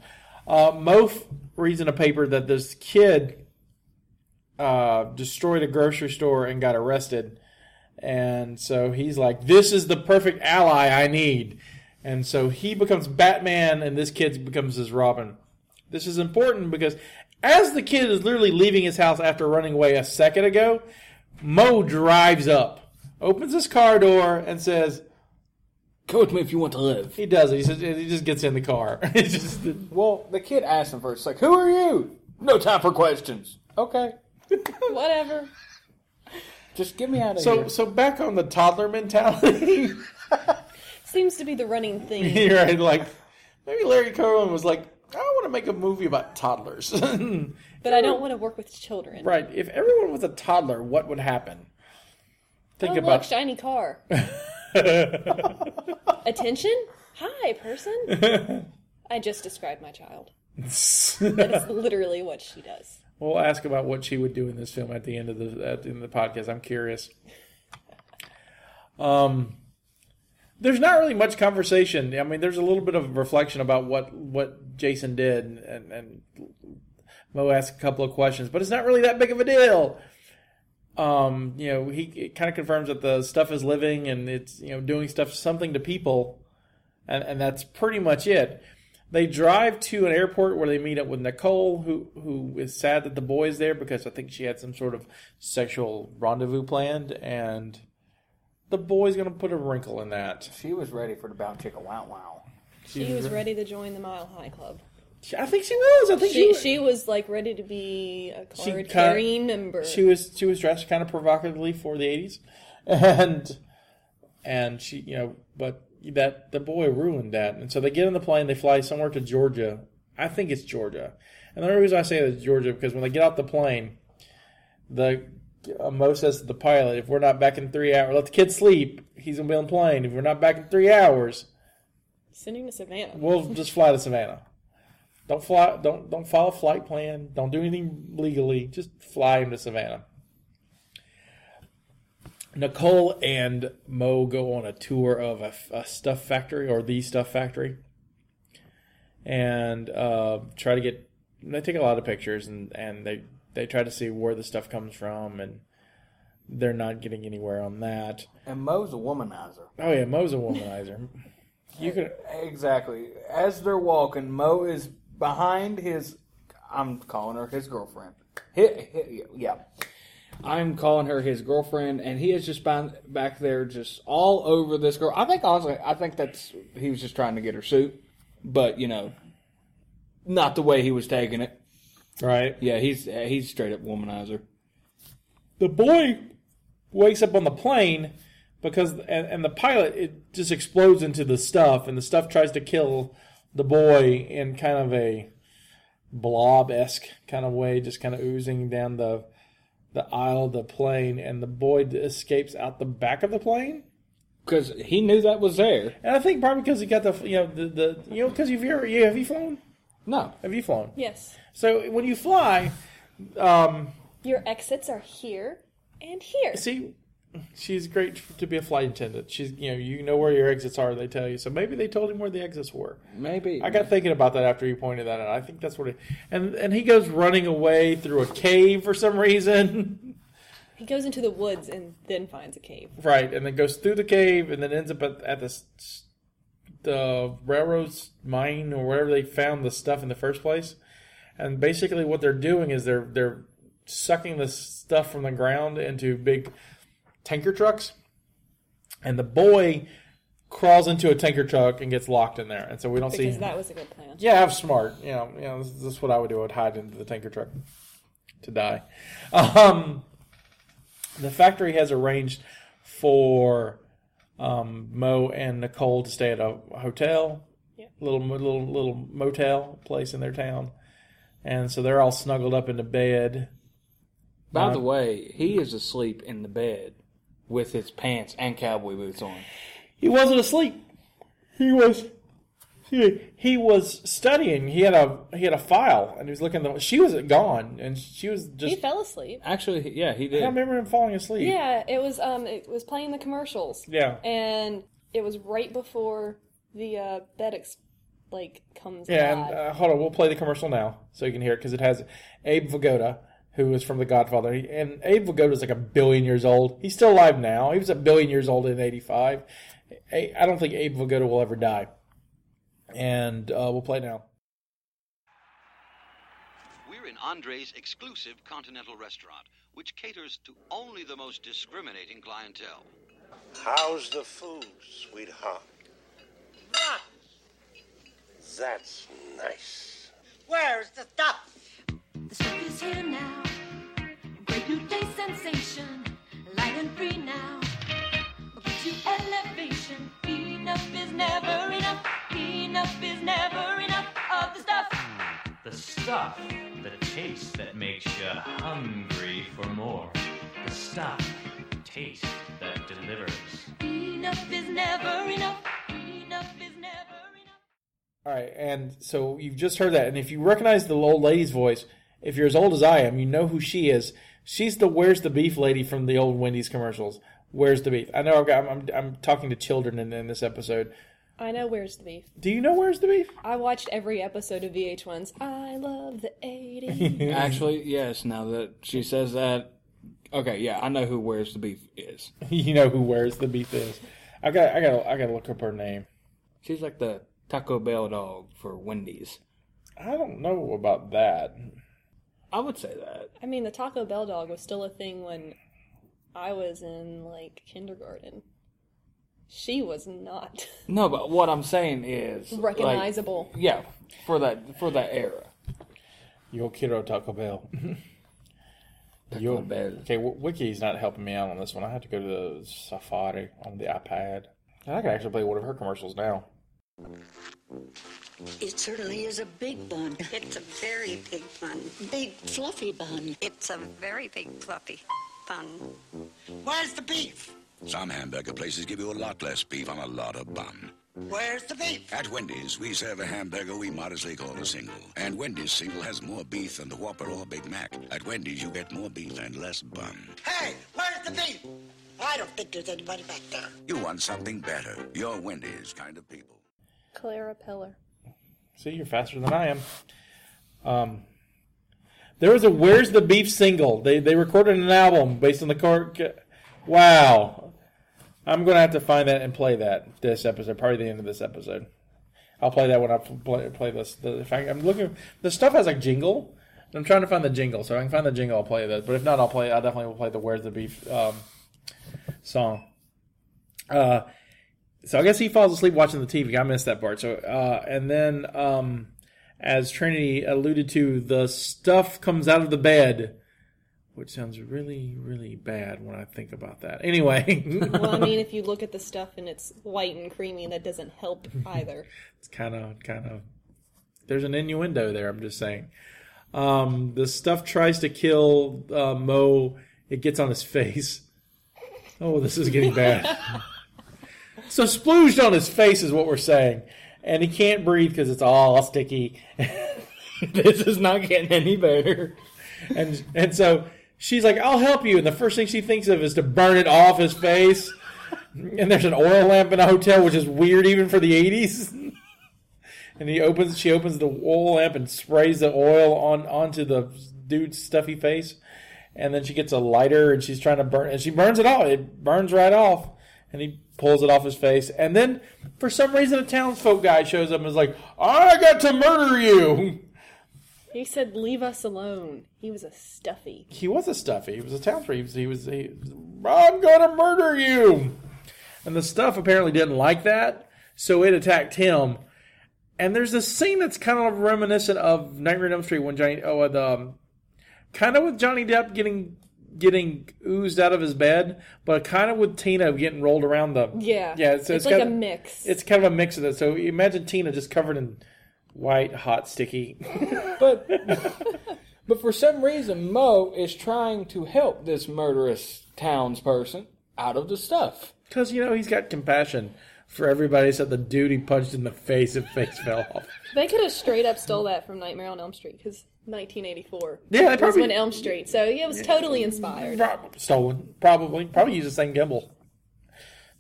[SPEAKER 8] Uh, Mo f- reads in a paper that this kid uh, destroyed a grocery store and got arrested. And so he's like, this is the perfect ally I need. And so he becomes Batman, and this kid becomes his Robin. This is important because as the kid is literally leaving his house after running away a second ago, Mo drives up, opens his car door, and says,
[SPEAKER 9] Come with me if you want to live.
[SPEAKER 8] he does it. He, says, he just gets in the car. <laughs> it's just,
[SPEAKER 9] Well, the kid asked him first, like, "Who are you?" No time for questions. Okay,
[SPEAKER 10] Whatever.
[SPEAKER 9] just get me out of
[SPEAKER 8] so,
[SPEAKER 9] here.
[SPEAKER 8] so back on the toddler mentality, <laughs>
[SPEAKER 10] Seems to be the running theme.
[SPEAKER 8] you're right, like, maybe Larry Cohen was like, I want to make a movie about toddlers. <laughs>
[SPEAKER 10] But I don't want to work with children.
[SPEAKER 8] Right. If everyone was a toddler, what would happen?
[SPEAKER 10] Oh,
[SPEAKER 8] Think
[SPEAKER 10] look,
[SPEAKER 8] about
[SPEAKER 10] shiny car. Attention? Hi, person.
[SPEAKER 8] <laughs>
[SPEAKER 10] I just described my child. That's literally what she does.
[SPEAKER 8] We'll ask about what she would do in this film at the end of the at the end of the podcast. I'm curious. Um, there's not really much conversation. I mean, there's a little bit of reflection about what what Jason did, and, and Mo asked a couple of questions, but it's not really that big of a deal. Um, you know, he it kind of confirms that the stuff is living and it's you know doing stuff something to people, and and that's pretty much it. They drive to an airport where they meet up with Nicole, who who is sad that the boy is there because I think she had some sort of sexual rendezvous planned, and the boy's gonna put a wrinkle in that.
[SPEAKER 9] she was ready for the bound chicka wow wow.
[SPEAKER 10] She was ready to join the Mile High Club.
[SPEAKER 8] I think she was. I think
[SPEAKER 10] She,
[SPEAKER 8] she
[SPEAKER 10] she was like ready to be a
[SPEAKER 8] She
[SPEAKER 10] card
[SPEAKER 8] cut-
[SPEAKER 10] carrying member.
[SPEAKER 8] she was she was dressed kind of provocatively for the eighties, <laughs> and and she, you know, but that the boy ruined that, and so they get in the plane, they fly somewhere to Georgia. I think it's Georgia, and the only reason I say that is Georgia because when they get off the plane, the uh, Mo says to the pilot, "If we're not back in three hours, let the kid sleep. He's gonna be on the plane. If we're not back in three hours,
[SPEAKER 10] Sending to Savannah.
[SPEAKER 8] we'll just fly to Savannah. Don't fly. Don't don't follow flight plan. Don't do anything legally. Just fly him to Savannah." Nicole and Mo go on a tour of a, a stuff factory or the stuff factory, and uh, try to get. They take a lot of pictures and and they they try to see where the stuff comes from, and they're not getting anywhere on that.
[SPEAKER 9] And Mo's a womanizer.
[SPEAKER 8] Oh yeah, Mo's a womanizer. You could
[SPEAKER 9] Exactly. As they're walking, Mo is behind his. I'm calling her his girlfriend. Hi- hi- yeah. I'm calling her his girlfriend, and he is just behind, back there, just all over this girl. I think honestly, I think that's he was just trying to get her suit, but you know, not the way he was taking it.
[SPEAKER 8] right.
[SPEAKER 9] Yeah, he's he's straight up womanizer.
[SPEAKER 8] the boy wakes up on the plane because and, and the pilot it just explodes into the stuff and the stuff tries to kill the boy in kind of a blob-esque kind of way just kind of oozing down the the aisle of the plane and the boy escapes out the back of the plane
[SPEAKER 9] Because he knew that was there.
[SPEAKER 8] and i think probably because he got the you know the, the you know because you've ever yeah have you flown
[SPEAKER 9] No,
[SPEAKER 8] have you flown
[SPEAKER 10] Yes.
[SPEAKER 8] so when you fly um
[SPEAKER 10] Your exits are here and here.
[SPEAKER 8] See, she's great to be a flight attendant. She's you know you know where your exits are. They tell you, so maybe they told him where the exits were.
[SPEAKER 9] maybe
[SPEAKER 8] I got thinking about that after you pointed that out. I think that's what it. And and he goes running away through a cave for some reason, <laughs>
[SPEAKER 10] He goes into the woods and then finds a cave.
[SPEAKER 8] right? And then goes through the cave and then ends up at, at this the railroad's mine or wherever they found the stuff in the first place. And basically, what they're doing is they're they're sucking the stuff from the ground into big tanker trucks. And the boy crawls into a tanker truck and gets locked in there. And so we don't see
[SPEAKER 10] Because
[SPEAKER 8] him.
[SPEAKER 10] that was a good plan.
[SPEAKER 8] Yeah, I'm smart. You know, you know, this, this is what I would do. I would hide into the tanker truck to die. Um, the factory has arranged for um, Mo and Nicole to stay at a hotel,
[SPEAKER 10] Yep.
[SPEAKER 8] little mo- little little motel place in their town, and so they're all snuggled up into bed.
[SPEAKER 9] By the way, he is asleep in the bed with his pants and cowboy boots on.
[SPEAKER 8] He wasn't asleep. He was. He, he was studying. He had a he had a file, and he was looking. At the, she was gone, and she was
[SPEAKER 10] He
[SPEAKER 8] just.
[SPEAKER 10] fell asleep.
[SPEAKER 9] Actually, he- yeah, he
[SPEAKER 8] I
[SPEAKER 9] did.
[SPEAKER 8] remember him falling asleep.
[SPEAKER 10] Yeah, it was um it was playing the commercials.
[SPEAKER 8] Yeah.
[SPEAKER 10] And it was right before the uh bed ex- like comes
[SPEAKER 8] Yeah,
[SPEAKER 10] alive.
[SPEAKER 8] and uh, hold on, we'll play the commercial now so you can hear it because it has Abe Vigoda, who is from The Godfather, He- and Abe Vigoda is like a billion years old. He's still alive now. He was a billion years old in '85. I I don't think Abe Vigoda will ever die. And uh, we'll play now.
[SPEAKER 11] We're in Andre's exclusive continental restaurant, which caters to only the most discriminating clientele.
[SPEAKER 4] How's the food, sweetheart? That's nice.
[SPEAKER 6] Where's the stuff?
[SPEAKER 2] The stuff is here now. Great new day sensation. Light and free now. Gives you elevation. Enough is never enough. Enough is never enough of the stuff.
[SPEAKER 11] The stuff, the taste that makes you hungry for more. The stuff, taste that delivers.
[SPEAKER 2] Enough is never enough. Enough is never enough.
[SPEAKER 8] All right, and so you've just heard that, and if you recognize the old lady's voice, if you're as old as I am, you know who she is. She's the "Where's the beef" lady from the old Wendy's commercials. Where's the beef? I know I've got, I'm, I'm talking to children in, in this episode.
[SPEAKER 10] I know where's the beef.
[SPEAKER 8] Do you know where's the beef?
[SPEAKER 10] I watched every episode of VH1's I Love the
[SPEAKER 8] <laughs>
[SPEAKER 10] 80s.
[SPEAKER 9] Actually, yes, now that she says that. Okay, yeah, I know who Where's the Beef is.
[SPEAKER 8] <laughs> you know who wears the beef is. I got I got I got to look up her name.
[SPEAKER 9] She's like the Taco Bell dog for Wendy's.
[SPEAKER 8] I don't know about that.
[SPEAKER 9] I would say that.
[SPEAKER 10] I mean, the Taco Bell dog was still a thing when I was in like kindergarten. She was not <laughs>
[SPEAKER 9] No, but what I'm saying is like,
[SPEAKER 10] recognizable.
[SPEAKER 9] yeah, for that for that era.
[SPEAKER 8] Yo quiero Taco Bell. Yo, okay, w- Wiki's not helping me out on this one. I have to go to the Safari on the iPad. And I can actually play one of her commercials now.
[SPEAKER 12] It certainly is a big bun. It's a very big bun. Big fluffy bun. It's a very big fluffy bun.
[SPEAKER 13] Where's the beef?
[SPEAKER 14] Some hamburger places give you a lot less beef on a lot of bun.
[SPEAKER 13] Where's the beef?
[SPEAKER 14] At Wendy's, we serve a hamburger we modestly call a single. And Wendy's single has more beef than the Whopper or Big Mac. At Wendy's, you get more beef and less bun.
[SPEAKER 13] Hey, where's the beef? I don't think there's anybody back there.
[SPEAKER 14] You want something better. You're Wendy's kind of people.
[SPEAKER 10] Clara Peller.
[SPEAKER 8] See, you're faster than I am. Um, there was a "Where's the Beef" single. They they recorded an album based on the car. Wow, I'm gonna have to find that and play that this episode. Probably the end of this episode. I'll play that when I play, play this. The, if I, I'm looking, the stuff has like jingle. and I'm trying to find the jingle, so if I can find the jingle. I'll play that. But if not, I'll play. I definitely will play the "Where's the Beef" um, song. Uh, so I guess he falls asleep watching the TV. I missed that part. So uh, and then um, as Trinity alluded to, the stuff comes out of the bed, which sounds really really bad when I think about that. Anyway, <laughs>
[SPEAKER 10] well, I mean, if you look at the stuff and it's white and creamy, that doesn't help either.
[SPEAKER 8] it's kind of kind of there's an innuendo there. I'm just saying. Um, the stuff tries to kill uh, Mo. It gets on his face. Oh, this is getting bad. So splooged on his face is what we're saying, and he can't breathe because it's all sticky. <laughs>
[SPEAKER 9] this is not getting any better.
[SPEAKER 8] And and so she's like, "I'll help you," and the first thing she thinks of is to burn it off his face. And there's an oil lamp in a hotel, which is weird even for the '80s. And he opens, she opens the oil lamp and sprays the oil on onto the dude's stuffy face. And then she gets a lighter and she's trying to burn, and she burns it all. It burns right off, and he pulls it off his face, and then for some reason a townsfolk guy shows up and is like, "I got to murder you."
[SPEAKER 10] He said, "Leave us alone." He was a stuffy.
[SPEAKER 8] He was a stuffy. He was a townsfolk. He was. He was he, I'm gonna murder you. And the stuff apparently didn't like that, so it attacked him. And there's this scene that's kind of reminiscent of Nightmare on Elm Street when Johnny, oh, the, um, kind of with Johnny Depp getting getting oozed out of his bed, but kind of with Tina getting rolled around the.
[SPEAKER 10] Yeah.
[SPEAKER 8] Yeah.
[SPEAKER 10] It's,
[SPEAKER 8] So it's,
[SPEAKER 10] like
[SPEAKER 8] kind
[SPEAKER 10] a
[SPEAKER 8] of,
[SPEAKER 10] mix.
[SPEAKER 8] It's kind of a mix of that. So imagine Tina just covered in white, hot, sticky.
[SPEAKER 9] But but for some reason, Mo is trying to help this murderous townsperson out of the stuff.
[SPEAKER 8] Because you know he's got compassion for everybody except the dude he punched in the face if face <laughs> fell off.
[SPEAKER 10] They could have straight up stole that from Nightmare on Elm Street because 1984.
[SPEAKER 8] Yeah, they
[SPEAKER 10] was
[SPEAKER 8] probably-
[SPEAKER 10] when Elm Street. So yeah, it was totally inspired.
[SPEAKER 8] Prob- Stolen, probably. Probably used the same gimbal.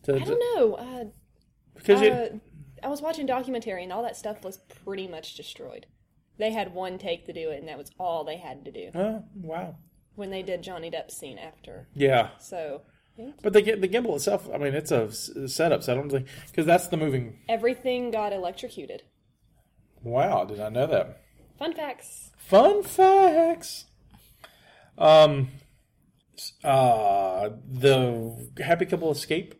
[SPEAKER 8] To,
[SPEAKER 10] I don't know. Uh,
[SPEAKER 8] Because
[SPEAKER 10] uh,
[SPEAKER 8] you-
[SPEAKER 10] I was watching documentary and all that stuff was pretty much destroyed. They had one take to do it, and that was all they had to do.
[SPEAKER 8] Oh, wow.
[SPEAKER 10] When they did Johnny Depp's scene after.
[SPEAKER 8] Yeah.
[SPEAKER 10] So yeah.
[SPEAKER 8] But the gi- the gimbal itself, I mean, it's a s- setup. So I don't think because that's the moving.
[SPEAKER 10] everything got electrocuted.
[SPEAKER 8] Wow, did I know that?
[SPEAKER 10] Fun facts.
[SPEAKER 8] Fun facts. Um, s- uh, the happy couple escape,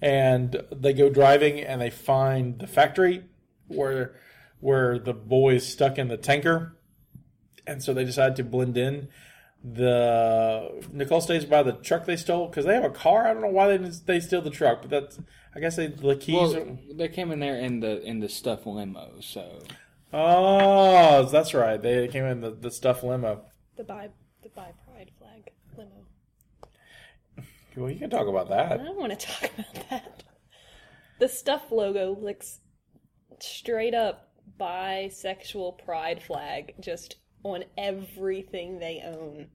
[SPEAKER 8] and they go driving, and they find the factory where where the boy is stuck in the tanker, and so they decide to blend in. The Nicole stays by the truck they stole because they have a car. I don't know why they didn't- they steal the truck, but that's I guess they the keys. are,
[SPEAKER 9] Well, they came in there in the in the stuff limo, so
[SPEAKER 8] Oh, that's right. They came in the, the stuff limo.
[SPEAKER 10] The bi the bi pride flag limo.
[SPEAKER 8] Well, you can talk about
[SPEAKER 10] I
[SPEAKER 8] that.
[SPEAKER 10] don't want to <laughs> talk about that. The stuff logo looks straight up bisexual pride flag just on everything they own.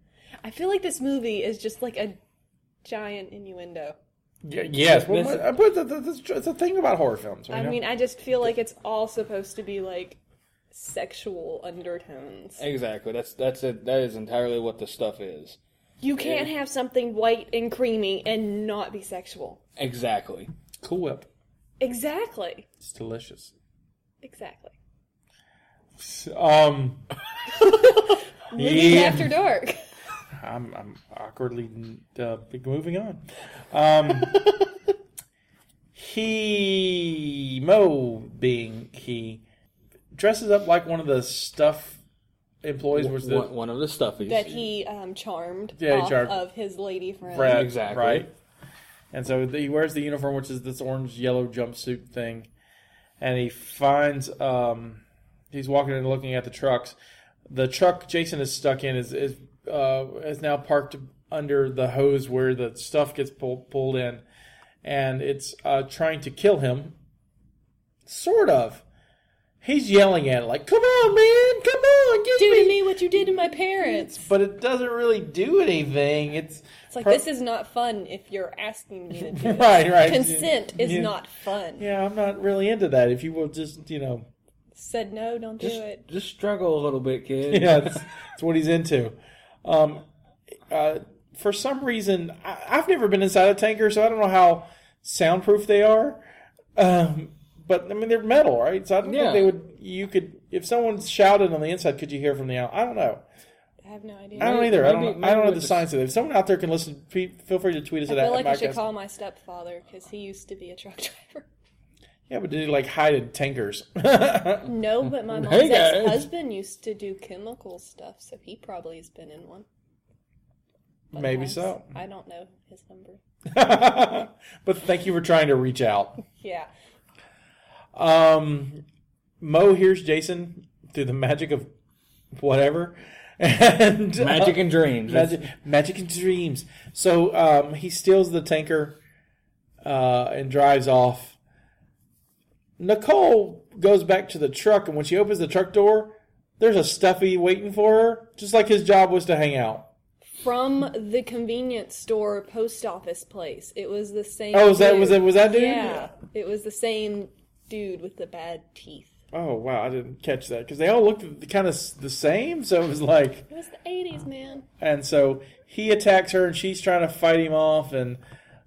[SPEAKER 10] I feel like this movie is just like a giant innuendo.
[SPEAKER 8] Y- yes, well,
[SPEAKER 9] This-
[SPEAKER 8] my- but th- th- that's it's a thing about horror films. you
[SPEAKER 10] I
[SPEAKER 8] know?
[SPEAKER 10] mean, I just feel like it's all supposed to be like sexual undertones.
[SPEAKER 9] exactly that's that's it. That is entirely what the stuff is.
[SPEAKER 10] You can't have something white and creamy and not be sexual.
[SPEAKER 9] Exactly.
[SPEAKER 8] Cool Whip.
[SPEAKER 10] Exactly.
[SPEAKER 8] It's delicious.
[SPEAKER 10] Exactly. <laughs>
[SPEAKER 8] Um,
[SPEAKER 10] Movies
[SPEAKER 8] Yeah.
[SPEAKER 10] after dark. <laughs>
[SPEAKER 8] I'm, I'm awkwardly uh, moving <laughs> on. Um, he Mo being he dresses up like one of the stuff employees was the
[SPEAKER 9] one, one of the stuffies.
[SPEAKER 10] that he um, charmed
[SPEAKER 8] Yeah, he
[SPEAKER 10] off
[SPEAKER 8] charmed
[SPEAKER 10] of his lady friend.
[SPEAKER 8] Brad,
[SPEAKER 9] Exactly.
[SPEAKER 8] Right. And so the, he wears the uniform, which is this orange yellow jumpsuit thing, and he finds um, he's walking and looking at the trucks. The truck Jason is stuck in is is uh, is now parked under the hose where the stuff gets pulled pulled in, and it's uh, trying to kill him. Sort of. He's yelling at it like, "Come on, man! Come on, get
[SPEAKER 10] Do
[SPEAKER 8] me!"
[SPEAKER 10] to me what you did to my parents.
[SPEAKER 8] But it doesn't really do anything. It's
[SPEAKER 10] It's like
[SPEAKER 8] pro-
[SPEAKER 10] this is not fun if you're asking me to do this.
[SPEAKER 8] Right, right.
[SPEAKER 10] Consent
[SPEAKER 8] <laughs>
[SPEAKER 10] is
[SPEAKER 8] Yeah.
[SPEAKER 10] not fun.
[SPEAKER 8] Yeah, I'm not really into that. If you will just, you know, <laughs>
[SPEAKER 10] Said no, don't do
[SPEAKER 9] Just-
[SPEAKER 10] it.
[SPEAKER 9] Just struggle a little bit, kid. <laughs>
[SPEAKER 8] yeah, that's, that's what he's into. Um, uh, for some reason, I, I've never been inside a tanker, so I don't know how soundproof they are. Um, but I mean, they're metal, right? So I don't
[SPEAKER 10] Yeah.
[SPEAKER 8] think they would. You could, if someone shouted on the inside, could you hear from the out? I don't know.
[SPEAKER 10] I have no idea.
[SPEAKER 8] I don't either. I don't.
[SPEAKER 9] maybe-
[SPEAKER 8] I
[SPEAKER 9] maybe
[SPEAKER 8] don't know
[SPEAKER 9] with
[SPEAKER 8] the
[SPEAKER 9] the-
[SPEAKER 8] science of it. If someone out there can listen, pe- feel free to tweet us
[SPEAKER 10] I
[SPEAKER 8] at
[SPEAKER 10] feel like I should
[SPEAKER 8] Mike's.
[SPEAKER 10] call my stepfather because he used to be a truck <laughs> driver.
[SPEAKER 8] Yeah, but did he like hide in tankers? <laughs>
[SPEAKER 10] No, but my mom's
[SPEAKER 8] Hey, guys.
[SPEAKER 10] husband used to do chemical stuff, so he probably has been in one. But
[SPEAKER 8] Maybe
[SPEAKER 10] that's-
[SPEAKER 8] so.
[SPEAKER 10] I don't know his number.
[SPEAKER 8] <laughs> but thank you for trying to reach out.
[SPEAKER 10] Yeah.
[SPEAKER 8] Um, Mo hears Jason through the magic of whatever, <laughs> and
[SPEAKER 9] Magic and dreams.
[SPEAKER 8] magic, magic and dreams. So um, he steals the tanker uh, and drives off. Nicole goes back to the truck, and when she opens the truck door, there's a stuffy waiting for her, just like his job was to hang out.
[SPEAKER 10] From the convenience store post office place. It was the same.
[SPEAKER 8] Oh, was that- was
[SPEAKER 10] dude.
[SPEAKER 8] that- was that dude?
[SPEAKER 10] Yeah. It was the same dude with the bad teeth.
[SPEAKER 8] Oh wow, I didn't catch that because they all looked kind of the same, so it was like.
[SPEAKER 10] It was the 80s, man.
[SPEAKER 8] And so he attacks her, and she's trying to fight him off, and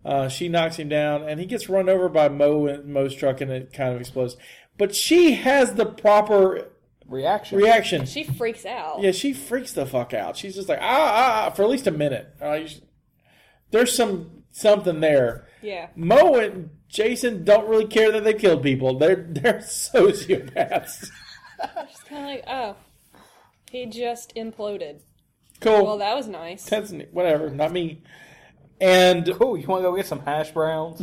[SPEAKER 8] uh, she knocks him down, and he gets run over by Mo and Mo's truck, and it kind of explodes. But she has the proper
[SPEAKER 9] reaction.
[SPEAKER 8] Reaction.
[SPEAKER 10] She freaks out.
[SPEAKER 8] Yeah, she freaks the fuck out. She's just like ah ah, ah for at least a minute. Uh, you should- there's some something there.
[SPEAKER 10] Yeah.
[SPEAKER 8] Mo and Jason don't really care that they killed people. They're they're <laughs> sociopaths.
[SPEAKER 10] She's kind of like, oh, he just imploded.
[SPEAKER 8] Cool.
[SPEAKER 10] Well, that was nice.
[SPEAKER 8] That's whatever, not me. And
[SPEAKER 9] cool, you want to go get some hash <laughs> browns?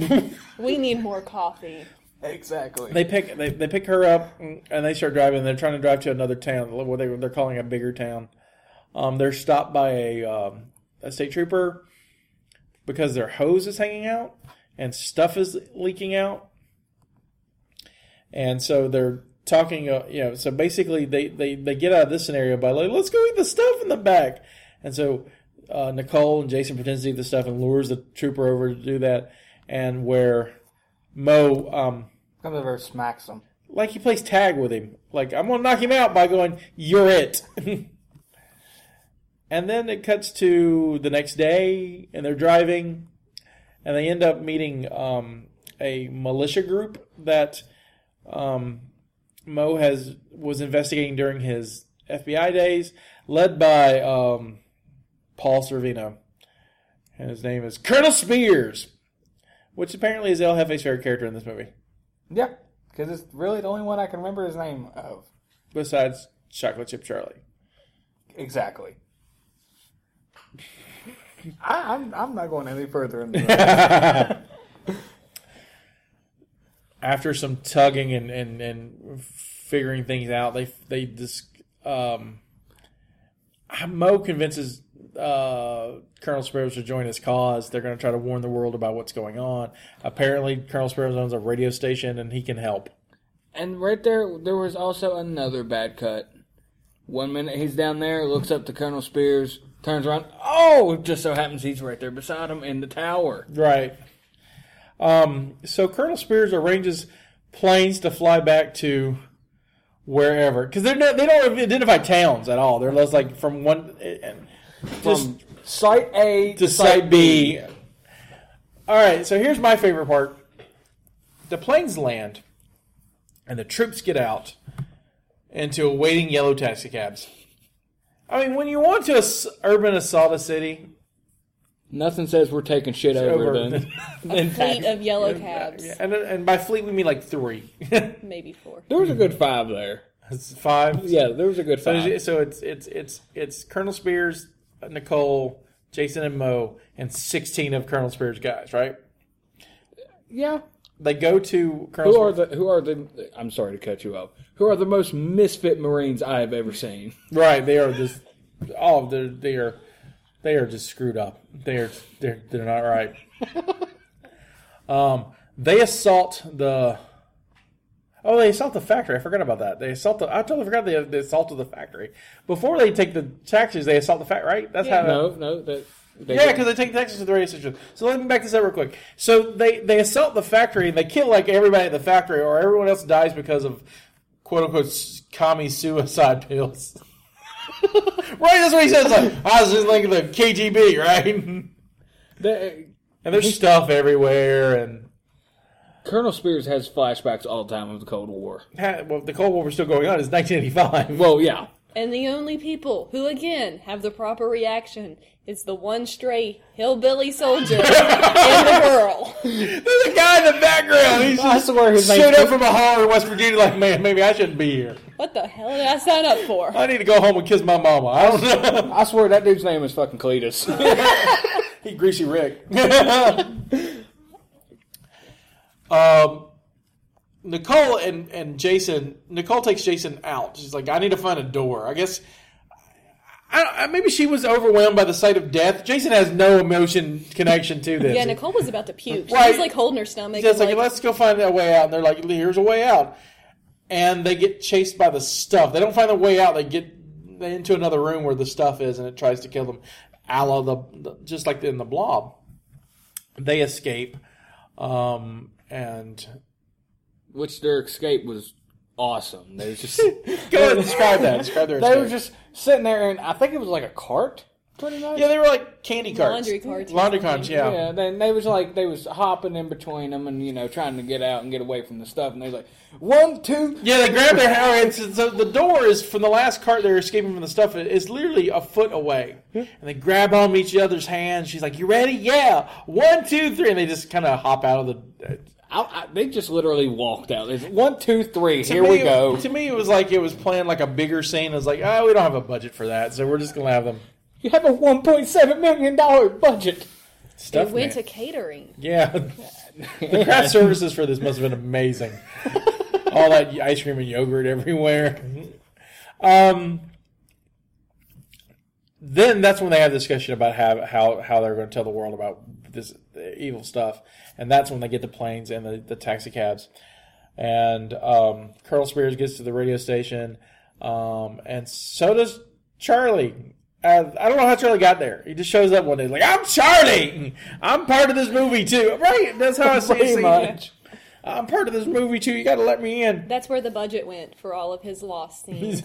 [SPEAKER 10] We need
[SPEAKER 8] <laughs>
[SPEAKER 10] more coffee.
[SPEAKER 9] exactly.
[SPEAKER 8] They pick they, they pick her up and they start driving. They're trying to drive to another town, what they they're calling a bigger town. Um, they're stopped by a um, a state trooper because their hose is hanging out and stuff is leaking out, and so they're talking. Uh, you know, so basically they, they they get out of this scenario by like, let's go eat the stuff in the back, and so. Uh, Nicole and Jason pretends to eat the stuff and lures the trooper over to do that, and where Mo um,
[SPEAKER 9] Comes over, smacks him.
[SPEAKER 8] like he plays tag with him. Like I'm gonna knock him out by going, "You're it." <laughs> and then it cuts to the next day, and they're driving, and they end up meeting um, a militia group that um, Mo has was investigating during his FBI days, led by um, Paul Servino, and his name is Colonel Spears, which apparently is El Jefe's favorite character in this movie.
[SPEAKER 9] Yeah, because it's really the only one I can remember his name of.
[SPEAKER 8] besides chocolate chip Charlie.
[SPEAKER 9] Exactly. I, I'm I'm not going any further in
[SPEAKER 8] <laughs> After some tugging and, and, and figuring things out, they they dis, um, Mo convinces uh, Colonel Sparrows to join his cause. They're going to try to warn the world about what's going on. Apparently, Colonel Sparrows owns a radio station and he can help.
[SPEAKER 9] <laughs> And right there, there was also another bad cut. One minute he's down there, looks up to Colonel Spears, turns around. Oh, it just so happens he's right there beside him in the tower.
[SPEAKER 8] Right. Um, so Colonel Spears arranges planes to fly back to wherever because they're not, they don't identify towns at all. They're just like from one and
[SPEAKER 9] From site A
[SPEAKER 8] to site B. All right, so here's my favorite part: the planes land, and the troops get out into awaiting yellow taxicabs. I mean, when you want to ass- urban assault a city,
[SPEAKER 9] Nothing says we're taking shit over,
[SPEAKER 8] over
[SPEAKER 9] <laughs> then.
[SPEAKER 10] A fleet of yellow cabs.
[SPEAKER 8] and and by fleet we mean like three. <laughs>
[SPEAKER 10] Maybe four.
[SPEAKER 9] There was a good five there.
[SPEAKER 8] It's five.
[SPEAKER 9] Yeah, there was a good
[SPEAKER 8] So,
[SPEAKER 9] five.
[SPEAKER 8] it's- so it's it's it's it's Colonel Spears, Nicole, Jason, and Mo, and sixteen of Colonel Spears' guys. Right?
[SPEAKER 9] Yeah.
[SPEAKER 8] They go to Colonel.
[SPEAKER 9] Who are
[SPEAKER 8] Spears-
[SPEAKER 9] the who are the I'm sorry to cut you off. Who are the most misfit Marines I have ever seen?
[SPEAKER 8] Right, they are just all they're they are they are just screwed up. They are they're they're not right.
[SPEAKER 9] <laughs>
[SPEAKER 8] um, they assault the. Oh, they assault the factory. I forgot about that. They assault the. I totally forgot they, they assaulted the factory before they take the taxis. They assault the factory. Right? That's how.
[SPEAKER 9] No, no, that they
[SPEAKER 8] yeah, because they take the taxis to the radio station. So let me back this up real quick. So they they assault the factory and they kill like everybody at the factory, or everyone else dies because of quote unquote s- commie suicide pills. <laughs> right, that's what he says. Like I was just thinking the KGB, right?
[SPEAKER 9] They- uh,
[SPEAKER 8] and there's stuff everywhere, and
[SPEAKER 9] Colonel Spears has flashbacks all the time of the Cold <laughs> War.
[SPEAKER 8] Ha- well, the Cold War was still going on. It's 1985.
[SPEAKER 9] Well, yeah.
[SPEAKER 10] And the only people who, again, have the proper reaction is the one stray
[SPEAKER 8] <laughs>
[SPEAKER 10] hillbilly soldier and the girl.
[SPEAKER 8] <laughs> There's a guy in the background. He's
[SPEAKER 9] <laughs> I swear his name-
[SPEAKER 8] showed up from a hall in West Virginia. Like, man, maybe I shouldn't be here.
[SPEAKER 10] What the hell did I sign up for?
[SPEAKER 8] I need to go home and kiss my mama. I don't know.
[SPEAKER 9] I swear that dude's name is fucking <laughs> Cletus.
[SPEAKER 8] he greasy Rick. um, Nicole and, and Jason. Nicole takes Jason out. She's like, I need to find a door. I guess. I, I, maybe she was overwhelmed by the sight of death. Jason has no emotion connection to this.
[SPEAKER 10] Yeah, Nicole was about to puke. She
[SPEAKER 8] Right.
[SPEAKER 10] was like holding her stomach.
[SPEAKER 8] Just
[SPEAKER 10] and,
[SPEAKER 8] like, let's go find a way out. And they're like, here's a way out. And they get chased by the stuff. They don't find a way out. They get into another room where the stuff is, and it tries to kill them. A la the, the- just like in the blob. They escape, um, and
[SPEAKER 9] Which their escape was awesome. <laughs> They were just
[SPEAKER 8] Go ahead and describe that. Describe their
[SPEAKER 9] They were
[SPEAKER 8] escape.
[SPEAKER 9] just sitting there and I think it was like a cart. Pretty much.
[SPEAKER 8] yeah, they were like candy carts,
[SPEAKER 10] Laundry carts or
[SPEAKER 8] laundry
[SPEAKER 10] something.
[SPEAKER 8] carts. Yeah,
[SPEAKER 9] Yeah, then they was like they was hopping in between them and you know trying to get out and get away from the stuff and they was like one two
[SPEAKER 8] Yeah, they grab their hands. And so the door is from the last cart they're escaping from the stuff is literally a foot away. And they grab on each other's hands. She's like, You ready? Yeah. One, two, three. And they just kind of hop out of the. uh,
[SPEAKER 9] I, I, they just literally walked out. It's one, two, three.
[SPEAKER 8] To
[SPEAKER 9] Here
[SPEAKER 8] me,
[SPEAKER 9] we
[SPEAKER 8] it-
[SPEAKER 9] go.
[SPEAKER 8] To me, it was like it was playing like a bigger scene. It was like, Oh, we don't have a budget for that. So we're just going to have them
[SPEAKER 9] You have a one point seven million dollar budget.
[SPEAKER 10] They
[SPEAKER 8] stuff.
[SPEAKER 10] went
[SPEAKER 8] it.
[SPEAKER 10] to catering.
[SPEAKER 8] Yeah. the craft services for this must have been amazing. All that ice cream and yogurt everywhere. Um, then that's when they have a discussion about how, how, how they're going to tell the world about this evil stuff. And that's when they get the planes and the, the taxi cabs. And um, Colonel Spears gets to the radio station. Um, and so does Charlie. Uh, I don't know how Charlie got there. He just shows up one day, like, I'm Charlie! I'm part of this movie too. Right? That's how I see
[SPEAKER 9] Pretty
[SPEAKER 8] it.
[SPEAKER 9] much.
[SPEAKER 8] I'm part of this movie too. You got to let me in.
[SPEAKER 10] That's where the budget went for all of his
[SPEAKER 8] <laughs>
[SPEAKER 10] lost scenes.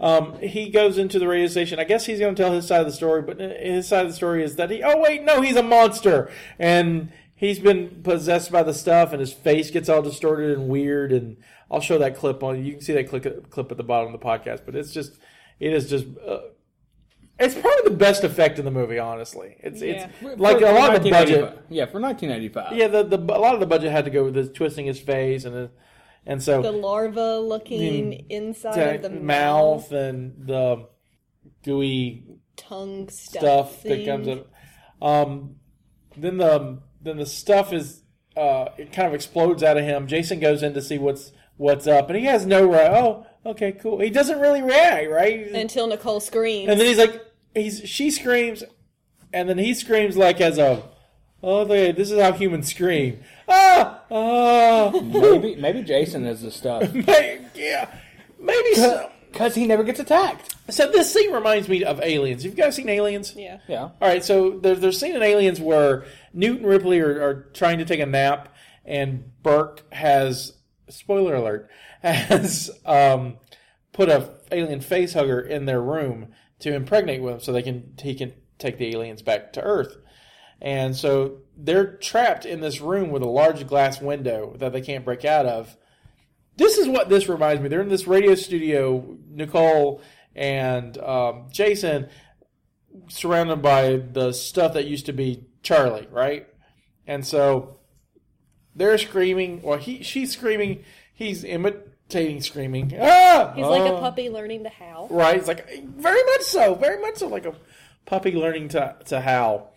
[SPEAKER 8] um, he goes into the radio station. I guess he's going to tell his side of the story, but uh, his side of the story is that he. Oh wait, no, he's a monster, and he's been possessed by the stuff, and his face gets all distorted and weird. And I'll show that clip on. You can see that clip clip at the bottom of the podcast, but it's just, it is just. Uh, it's probably the best effect in the movie, honestly. It's it's like a lot of the budget.
[SPEAKER 9] 1985. Yeah, for nineteen eighty five.
[SPEAKER 8] Yeah, the, the a lot of the budget had to go with the twisting his face and the, and so
[SPEAKER 10] the larva looking
[SPEAKER 8] Mm.
[SPEAKER 10] inside
[SPEAKER 8] the
[SPEAKER 10] of the mouth,
[SPEAKER 8] mouth and the gooey
[SPEAKER 10] tongue stuff,
[SPEAKER 8] stuff that
[SPEAKER 10] thing.
[SPEAKER 8] comes up. Um, then the then the stuff is uh, it kind of explodes out of him. Jason goes in to see what's what's up, and he has no right. Oh, okay, cool. He doesn't really react, right?
[SPEAKER 10] until Nicole screams.
[SPEAKER 8] And then he's like, he's she screams, and then he screams like as a, oh, they- this is how humans scream. Ah, ah. <laughs>
[SPEAKER 9] maybe maybe Jason is the stuff
[SPEAKER 8] May- yeah, maybe so.
[SPEAKER 9] <laughs> because he never gets attacked.
[SPEAKER 8] So this scene reminds me of Aliens. You've guys seen Aliens?
[SPEAKER 10] Yeah.
[SPEAKER 9] Yeah.
[SPEAKER 8] All right, so there's there's scene in Aliens where Newt and Ripley are, are trying to take a nap, and Burke has spoiler alert <laughs> has um, put a alien face hugger in their room to impregnate with him, so they can he can take the aliens back to Earth. And so they're trapped in this room with a large glass window that they can't break out of. This is what this reminds me. They're in this radio studio, Nicole and um, Jason, surrounded by the stuff that used to be Charlie, right? And so they're screaming. Well, he she's screaming. he's imitating screaming. Ah!
[SPEAKER 10] He's like a
[SPEAKER 8] Ah!
[SPEAKER 10] puppy learning to howl.
[SPEAKER 8] Right? It's like very much so, very much so, like a puppy learning to to howl.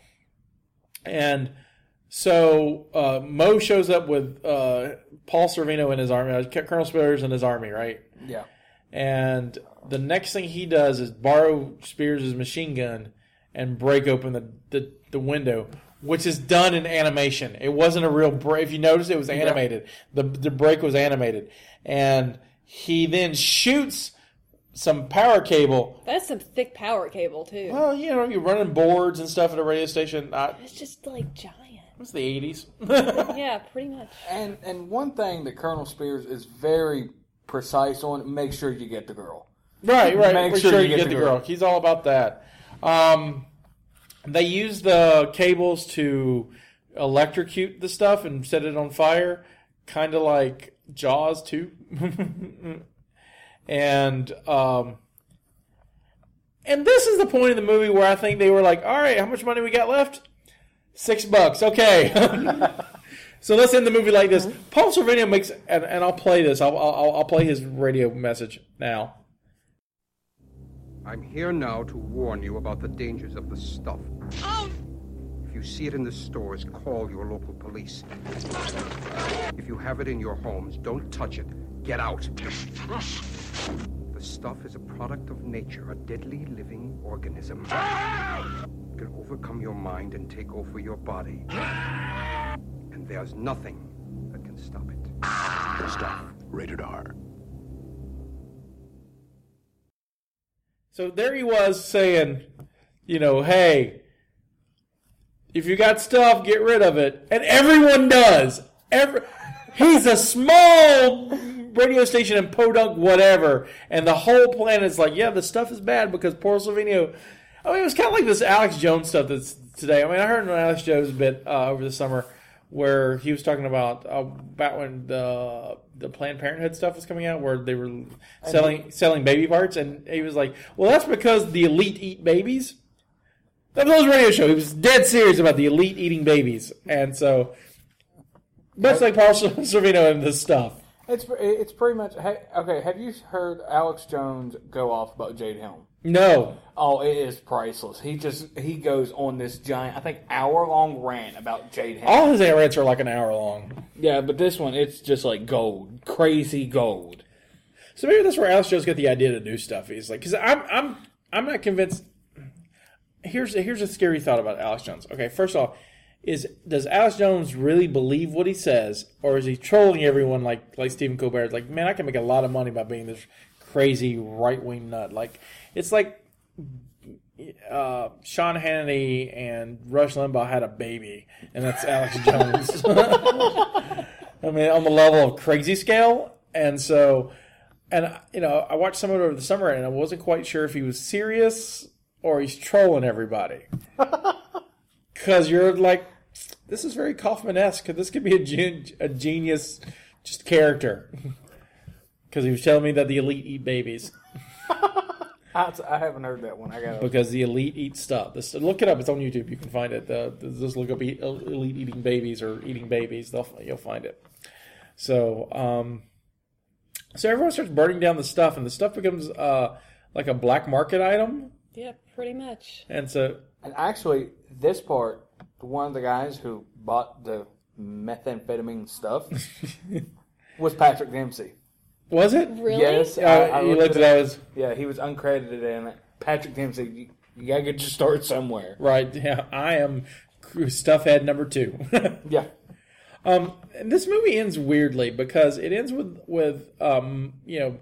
[SPEAKER 8] And so uh, Mo shows up with uh, Paul Servino and his army, uh, Colonel Spears and his army, right?
[SPEAKER 9] Yeah.
[SPEAKER 8] And the next thing he does is borrow Spears' machine gun and break open the, the, the window, which is done in animation. It wasn't a real break. If you notice, it was animated. The, the break was animated. And he then shoots some power cable.
[SPEAKER 10] That's some thick power cable too.
[SPEAKER 8] Well, you know, you're running boards and stuff at a radio station. I,
[SPEAKER 10] it's just like giant.
[SPEAKER 8] it's the <laughs> 80s.
[SPEAKER 10] yeah, pretty much.
[SPEAKER 9] And and one thing that Colonel Spears is very precise on: make sure you get the girl.
[SPEAKER 8] Right, right.
[SPEAKER 9] Make
[SPEAKER 8] for sure, you get, the girl. He's all about that. Um, they use the cables to electrocute the stuff and set it on fire, kind of like Jaws too. <laughs> and um, and this is the point of the movie where I think they were like, "All right, how much money we got left? Six bucks, okay." <laughs> So let's end the movie like this. Paul Sorvino makes, and, and I'll play this. I'll, I'll, I'll play his radio message now.
[SPEAKER 15] I'm here now to warn you about the dangers of the stuff. If you see it in the stores, call your local police. If you have it in your homes, don't touch it. Get out. The stuff is a product of nature, a deadly living organism. It can overcome your mind and take over
[SPEAKER 11] <gasps>
[SPEAKER 15] your body. And there's nothing that can stop it.
[SPEAKER 14] The stuff. Rated R.
[SPEAKER 8] So there he was saying, you know, hey, if you got stuff, get rid of it. And everyone does. Every, he's a small radio station in Podunk, whatever. And the whole planet's like, yeah, the stuff is bad because poor Slovenia. I mean, it was kind of like this Alex Jones stuff that's today. I mean, I heard an Alex Jones bit uh, over the summer where he was talking about uh, about when the the Planned Parenthood stuff was coming out, where they were selling selling baby parts, and he was like, "Well, that's because the elite eat babies." That was his radio show. He was dead serious about the elite eating babies, and so much like Paul <laughs> Sorvino and this stuff.
[SPEAKER 9] It's it's pretty much ha- okay. Have you heard Alex Jones go off about Jade Helm?
[SPEAKER 8] No,
[SPEAKER 9] Oh, it is priceless. He just he goes on this giant, I think, hour long rant about Jade Helm.
[SPEAKER 8] all his rants are like an hour long.
[SPEAKER 9] Yeah, but this one it's just like gold, crazy gold.
[SPEAKER 8] So maybe that's where Alex Jones got the idea to do stuff. He's like, because I'm I'm I'm not convinced. Here's here's a scary thought about Alex Jones. Okay, first off, is does Alex Jones really believe what he says, or is he trolling everyone like like Stephen Colbert? Like, man, I can make a lot of money by being this crazy right wing nut. Like, it's like uh, Sean Hannity and Rush Limbaugh had a baby, and that's Alex Jones. <laughs> I mean, on the level of crazy scale, and so and you know, I watched some of it over the summer, and I wasn't quite sure if he was serious or he's trolling everybody. Because you're like, this is very Kaufman-esque. This could be a, gen- a genius, just character. <laughs> Because he was telling me that the elite eat babies
[SPEAKER 9] I, I haven't heard that one. I got
[SPEAKER 8] because the elite eat stuff. This, look it up; it's on YouTube. You can find it. The, just look up eat, "elite eating babies" or "eating babies." They'll, you'll find it. So, um, so everyone starts burning down the stuff, and the stuff becomes uh, like a black market item.
[SPEAKER 10] Yeah, pretty much.
[SPEAKER 8] And so,
[SPEAKER 9] And actually, this part, one of the guys who bought the methamphetamine stuff was Patrick Dempsey.
[SPEAKER 8] was it
[SPEAKER 9] Yes.
[SPEAKER 8] Uh, you looked it up. as
[SPEAKER 9] Yeah, he was uncredited in it. Patrick Dempsey, you, you gotta get your start somewhere.
[SPEAKER 8] Right. Yeah, I am stuffhead number two. <laughs>
[SPEAKER 9] yeah.
[SPEAKER 8] Um, and this movie ends weirdly because it ends with with um, you know,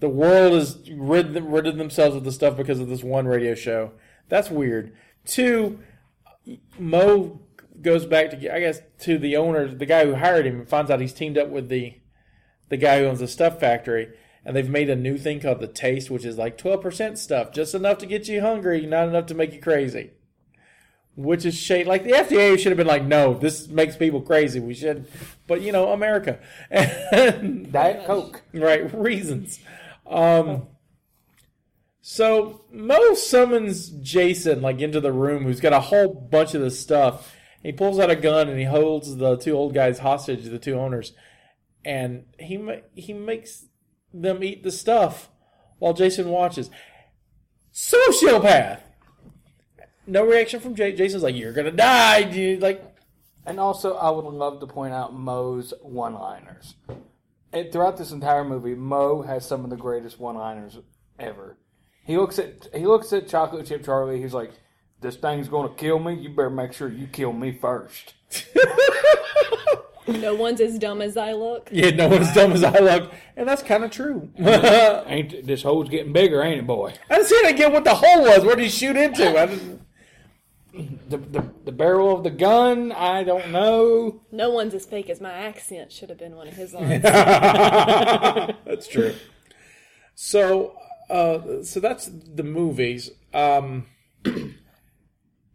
[SPEAKER 8] the world is rid rid of themselves of the stuff because of this one radio show. That's weird. Two, Mo goes back to I guess to the owner, the guy who hired him, and finds out he's teamed up with the the guy who owns the stuff factory, and they've made a new thing called the Taste, which is like twelve percent stuff, just enough to get you hungry, not enough to make you crazy. Which is shade. Like the FDA should have been like, no, this makes people crazy. We should, but you know, America, <laughs> Diet
[SPEAKER 9] Coke,
[SPEAKER 8] right? <laughs> Reasons. Um, so Mo summons Jason like into the room, who's got a whole bunch of this stuff. He pulls out a gun and he holds the two old guys hostage, the two owners, and he ma- he makes them eat the stuff while Jason watches. Sociopath. No reaction from Jay. Jason's like, "You're gonna die, dude!" Like, <laughs>
[SPEAKER 9] And also, I would love to point out Moe's one-liners. It, throughout this entire movie, Moe has some of the greatest one-liners ever. He looks at he looks at Chocolate Chip Charlie. He's like, "This thing's gonna kill me. You better make sure you kill me first.
[SPEAKER 10] No one's as dumb as I look.
[SPEAKER 8] yeah, no one's dumb as I look, and that's kind of true. <laughs>
[SPEAKER 9] ain't this hole's getting bigger, ain't it, boy?
[SPEAKER 8] I just didn't get what the hole was. Where did he shoot into? I just...
[SPEAKER 9] the, the the barrel of the gun. I don't know.
[SPEAKER 10] No one's as fake as my accent should have been one of
[SPEAKER 8] <laughs>
[SPEAKER 10] his lines.
[SPEAKER 8] that's true. So, uh, so that's the movies. Um,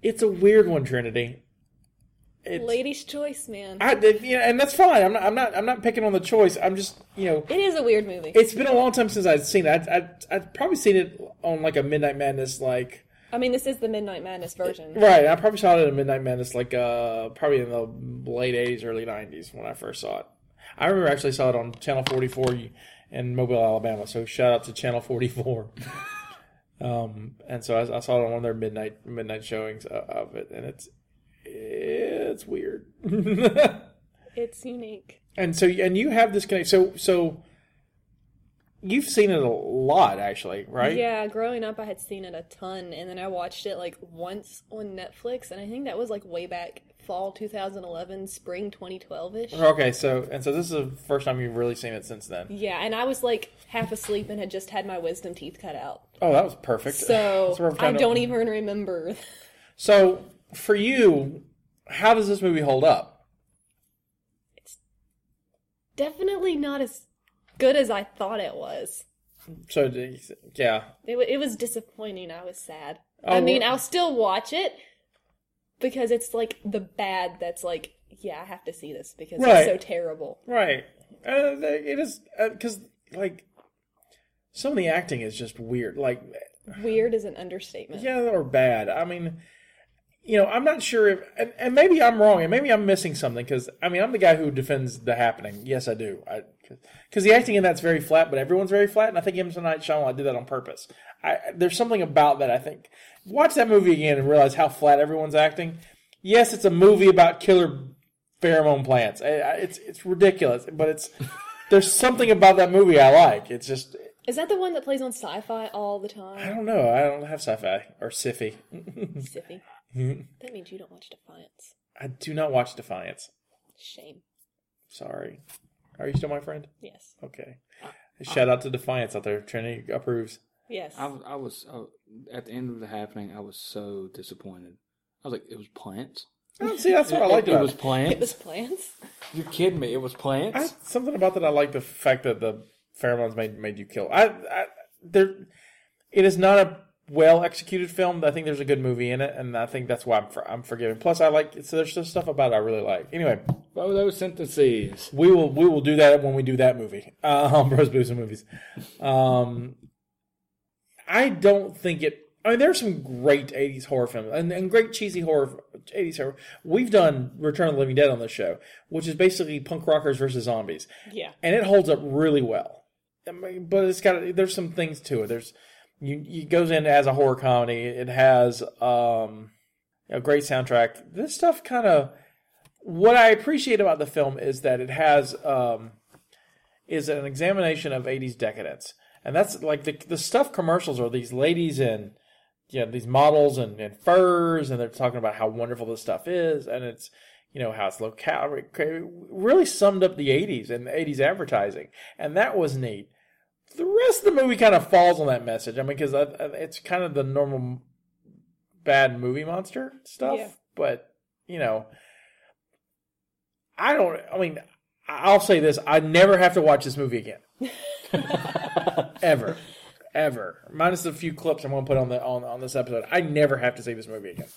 [SPEAKER 8] it's a weird one, Trinity.
[SPEAKER 10] Ladies' choice, man.
[SPEAKER 8] I, you know, and that's fine. I'm not, I'm not, I'm not picking on the choice. I'm just, you know,
[SPEAKER 10] it is a weird movie.
[SPEAKER 8] it's been a long time since I've seen it. I, I, I've probably seen it on like a Midnight Madness, like
[SPEAKER 10] I mean, this is the Midnight Madness version.
[SPEAKER 8] Right, I probably saw it in Midnight Madness, like uh, probably in the late '80s, early '90s when I first saw it. I remember I actually saw it on Channel 44 in Mobile, Alabama. So shout out to Channel 44. <laughs> um, and so I, I saw it on one of their midnight midnight showings o- of it, and it's it's weird. <laughs>
[SPEAKER 10] It's unique.
[SPEAKER 8] and so and you have this connect. So so you've seen it a lot, actually, right?
[SPEAKER 10] Yeah, growing up, I had seen it a ton, and then I watched it like once on Netflix, and I think that was like way back fall 2011, spring 2012 ish.
[SPEAKER 8] Okay, so and so this is the first time you've really seen it since then.
[SPEAKER 10] Yeah, and I was like half asleep and had just had my wisdom teeth cut out.
[SPEAKER 8] Oh, that was perfect.
[SPEAKER 10] So
[SPEAKER 8] <laughs> That's a perfect
[SPEAKER 10] I
[SPEAKER 8] time to-
[SPEAKER 10] don't even remember. <laughs>
[SPEAKER 8] So for you, how does this movie hold up?
[SPEAKER 10] Definitely not as good as I thought it was.
[SPEAKER 8] So do you- yeah,
[SPEAKER 10] It, wa it was disappointing. I was sad.
[SPEAKER 8] Oh,
[SPEAKER 10] I mean,
[SPEAKER 8] well-
[SPEAKER 10] I'll still watch it because it's like the bad that's like, yeah, I have to see this because
[SPEAKER 8] Right.
[SPEAKER 10] it's so terrible.
[SPEAKER 8] right. Uh, it is because like some of the acting is just weird. Like
[SPEAKER 10] Weird is an understatement.
[SPEAKER 8] yeah, or bad. I mean, you know, I'm not sure if and, and maybe I'm wrong and maybe I'm missing something because I mean I'm the guy who defends the happening. Yes, I do. I because the acting in that's very flat, but everyone's very flat, and I think M. Night Shyamalan did that on purpose. I, there's something about that I think. Watch that movie again and realize how flat everyone's acting. Yes, it's a movie about killer pheromone plants. I, I, it's it's ridiculous, but it's there's something about that movie I like. It's just
[SPEAKER 10] Is that the one that plays on sci-fi all the time?
[SPEAKER 8] I don't know. I don't have sci-fi or sci-fi.
[SPEAKER 10] Sippy.
[SPEAKER 8] Mhm.
[SPEAKER 10] That means you don't watch Defiance.
[SPEAKER 8] I do not watch Defiance.
[SPEAKER 10] Shame.
[SPEAKER 8] Sorry. Are you still my friend?
[SPEAKER 10] Yes.
[SPEAKER 8] Okay.
[SPEAKER 9] Uh,
[SPEAKER 8] Shout out to Defiance out there. Trinity approves.
[SPEAKER 10] Yes.
[SPEAKER 9] I, was- I was uh, at the end of the happening. I was so disappointed. I was like, it was plants.
[SPEAKER 8] Oh, see, that's what I
[SPEAKER 9] It-
[SPEAKER 8] liked
[SPEAKER 9] It,
[SPEAKER 8] about
[SPEAKER 9] was
[SPEAKER 8] it.
[SPEAKER 9] plants.
[SPEAKER 10] It was
[SPEAKER 9] <laughs>
[SPEAKER 10] plants.
[SPEAKER 9] You're kidding me. It was plants.
[SPEAKER 8] I, something about that I like the fact that the pheromones made made you kill. I, I there, it is not a well executed film. I think there's a good movie in it, and I think that's why I'm for, I'm forgiving. Plus, I like so there's just stuff about it I really like. Anyway,
[SPEAKER 9] oh, those sentences.
[SPEAKER 8] We will we will do that when we do that movie. <laughs> Um, Bros Booze and Movies. Um, I don't think it. I mean, there are some great '80s horror films and, and great cheesy horror '80s horror. We've done Return of the Living Dead on this show, which is basically punk rockers versus zombies,
[SPEAKER 10] Yeah.
[SPEAKER 8] and it holds up really well. I mean, But it's got there's some things to it. There's you it goes in as a horror comedy. It has um, a great soundtrack. This stuff kind of what I appreciate about the film is that it has um, is an examination of '80s decadence, and that's like the the stuff commercials are these ladies in you know, these models and, and furs, and they're talking about how wonderful this stuff is, and it's you know how it's low calorie. Really summed up the '80s and the '80s advertising, and that was neat. The rest of the movie kind of falls on that message. I mean, because it's kind of the normal bad movie monster stuff,
[SPEAKER 16] Yeah.
[SPEAKER 8] but you know. I don't. I mean, I'll say this: I never have to watch this movie again, ever, ever. Minus the few clips I'm going to put on the on on this episode. I never have to see this movie <laughs> again.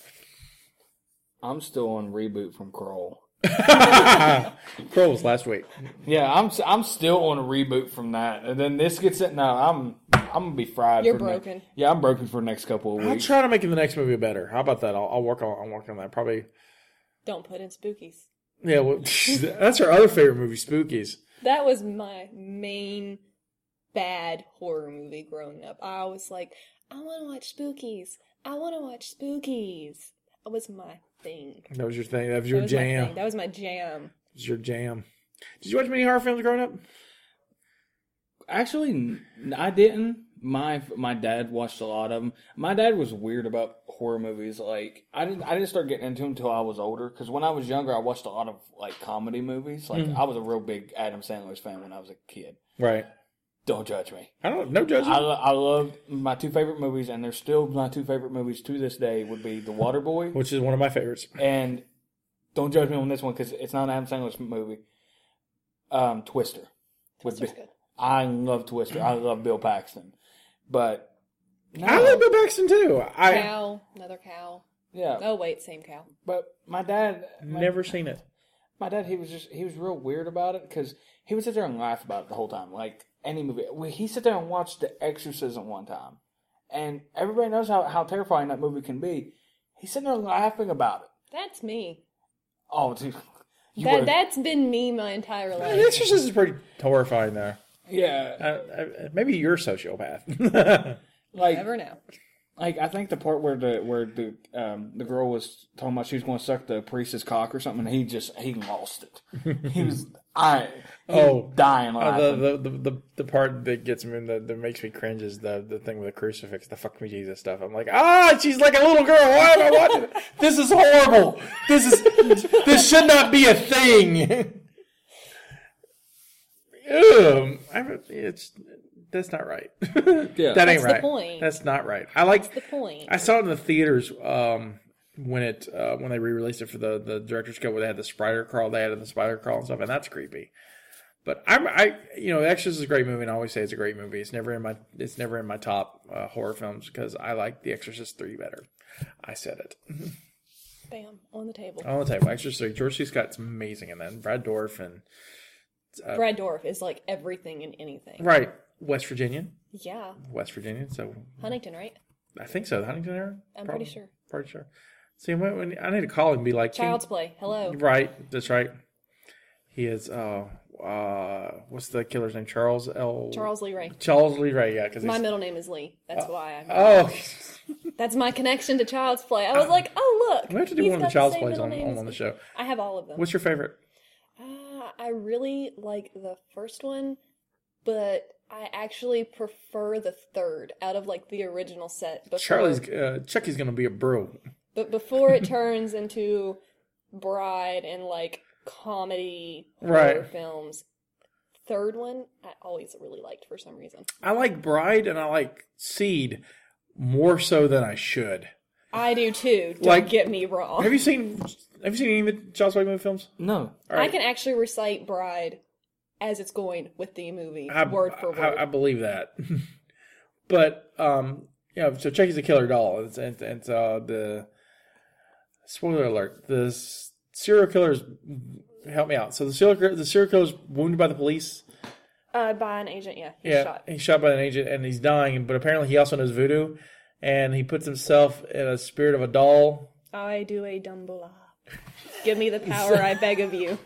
[SPEAKER 9] I'm still on reboot from Crawl.
[SPEAKER 8] Crawl was last week.
[SPEAKER 9] Yeah, I'm s- I'm still on a reboot from that, and then this gets it. No, I'm I'm gonna be fried.
[SPEAKER 10] You're
[SPEAKER 9] for ne-
[SPEAKER 10] broken.
[SPEAKER 9] yeah, I'm broken for the next couple of
[SPEAKER 8] I'll
[SPEAKER 9] weeks.
[SPEAKER 8] try to make the next movie better. How about that? I'll, I'll work on I'll work on that. Probably.
[SPEAKER 10] Don't put in spookies.
[SPEAKER 8] <laughs> Yeah, well, that's our other favorite movie, Spookies.
[SPEAKER 10] That was my main bad horror movie growing up. I was like, I want to watch Spookies. I want to watch Spookies. That was my thing.
[SPEAKER 8] That was your thing. That was your
[SPEAKER 10] my
[SPEAKER 8] jam.
[SPEAKER 10] thing. That was my jam.
[SPEAKER 8] It was your jam. Did you watch many horror films growing up?
[SPEAKER 9] Actually, n- I didn't. My my dad watched a lot of them. My dad was weird about horror movies. Like I didn't I didn't start getting into them until I was older. Because when I was younger, I watched a lot of like comedy movies. Like
[SPEAKER 8] Mhm.
[SPEAKER 9] I was a real big Adam Sandler's fan when I was a kid.
[SPEAKER 8] Right.
[SPEAKER 9] Don't judge me.
[SPEAKER 8] I don't. No judgment.
[SPEAKER 9] I, lo- I love my two favorite movies, and they're still my two favorite movies to this day. Would be The Water Boy,
[SPEAKER 8] which is one of my favorites.
[SPEAKER 9] and don't judge me on this one because it's not an Adam Sandler's movie. Um, Twister. Would be- I love Twister. I love Bill Paxton, but
[SPEAKER 8] I love Bill Paxton too. I
[SPEAKER 10] cow, another cow.
[SPEAKER 9] Yeah.
[SPEAKER 10] Oh wait, same cow.
[SPEAKER 9] But my dad
[SPEAKER 8] never seen it.
[SPEAKER 9] my dad he was just he was real weird about it because he would sit there and laugh about it the whole time like any movie Well, he sat there and watched the exorcism one time and everybody knows how, how terrifying that movie can be he's sitting there laughing about it
[SPEAKER 10] That's me.
[SPEAKER 9] oh dude you
[SPEAKER 10] that
[SPEAKER 9] were-
[SPEAKER 10] that's been me my entire life.
[SPEAKER 8] <laughs> The Exorcist is pretty horrifying, though.
[SPEAKER 9] Yeah.
[SPEAKER 8] Uh, uh, maybe you're a sociopath. <laughs>
[SPEAKER 9] like
[SPEAKER 10] Never know.
[SPEAKER 9] like I think the part where the where the um, the girl was talking about she was going to suck the priest's cock or something, and he just he lost it. he was I he was
[SPEAKER 8] oh,
[SPEAKER 9] dying
[SPEAKER 8] Uh,
[SPEAKER 9] laughing.
[SPEAKER 8] the, the, the, the, the part that gets me that, that makes me cringe is the, the thing with the crucifix, the fuck me Jesus stuff. I'm like, ah, she's like a little girl. Why am I watching? it? <laughs> This is horrible. This is this should not be a thing. <laughs> Ew, I'm, it's that's not right. <laughs>
[SPEAKER 9] Yeah.
[SPEAKER 8] that ain't
[SPEAKER 10] That's the
[SPEAKER 8] right.
[SPEAKER 10] point.
[SPEAKER 8] That's not right. I like
[SPEAKER 10] That's the point.
[SPEAKER 8] I saw it in the theaters um, when it uh, when they re-released it for the the director's cut where they had the spider crawl, they added the spider crawl and stuff, and that's creepy. But I'm I you know, The Exorcist is a great movie, and I always say it's a great movie. It's never in my it's never in my top uh, horror films because I like The Exorcist three better. I said it.
[SPEAKER 10] Bam on the table.
[SPEAKER 8] On the table, Exorcist three. George C. Scott's amazing in that. And Brad Dorff and uh,
[SPEAKER 10] Brad Dorff is like everything and anything.
[SPEAKER 8] right West Virginian,
[SPEAKER 10] Yeah.
[SPEAKER 8] West Virginian. So
[SPEAKER 10] Huntington, right?
[SPEAKER 8] I think so. The Huntington era.
[SPEAKER 10] I'm
[SPEAKER 8] Prob-
[SPEAKER 10] pretty sure.
[SPEAKER 8] Pretty sure. See, when, when, I need to call him and be like, "Can-
[SPEAKER 10] Child's Play. Hello.
[SPEAKER 8] Right, that's right. He is. Uh, uh, what's the killer's name? Charles L.
[SPEAKER 10] Charles Lee Ray.
[SPEAKER 8] Charles Lee Ray. Yeah, because
[SPEAKER 10] My middle name is Lee. That's why I.
[SPEAKER 8] Oh, <laughs>
[SPEAKER 10] That's my connection to Child's Play. I was like, oh look.
[SPEAKER 8] Ah. we have to do
[SPEAKER 10] he's
[SPEAKER 8] one of the
[SPEAKER 10] got
[SPEAKER 8] Child's
[SPEAKER 10] same
[SPEAKER 8] plays
[SPEAKER 10] middle
[SPEAKER 8] on,
[SPEAKER 10] name
[SPEAKER 8] on
[SPEAKER 10] as
[SPEAKER 8] on the
[SPEAKER 10] me.
[SPEAKER 8] show.
[SPEAKER 10] I have all of them.
[SPEAKER 8] What's your favorite?
[SPEAKER 10] Uh, I really like the first one, but I actually prefer the third out of like the original set. Before,
[SPEAKER 8] Charlie's uh, Chucky's gonna be a bro.
[SPEAKER 10] but before it turns into Bride and like comedy horror
[SPEAKER 8] Right.
[SPEAKER 10] films. Third one, I always really liked for some reason.
[SPEAKER 8] I like Bride and I like Seed more so than I should.
[SPEAKER 10] I do too. Don't
[SPEAKER 8] Like-
[SPEAKER 10] get me wrong.
[SPEAKER 8] Have you seen Have you seen any of the Child's Play movie films?
[SPEAKER 9] No.
[SPEAKER 10] I can actually recite Bride as it's going with the movie,
[SPEAKER 8] I,
[SPEAKER 10] word for word.
[SPEAKER 8] I, I believe that. <laughs> but um, you know, so Chucky's a killer doll. It's and and uh, the spoiler alert: the s- serial killer's help me out. So the serial killer- the serial killer's wounded by the police.
[SPEAKER 10] uh, by an agent, yeah. He's
[SPEAKER 8] yeah,
[SPEAKER 10] shot.
[SPEAKER 8] he's shot by an agent, and he's dying. But apparently, he also knows voodoo, and he puts himself in a spirit of a doll.
[SPEAKER 10] I do a dumbola. Give
[SPEAKER 8] <laughs>
[SPEAKER 10] me the power, I beg of you.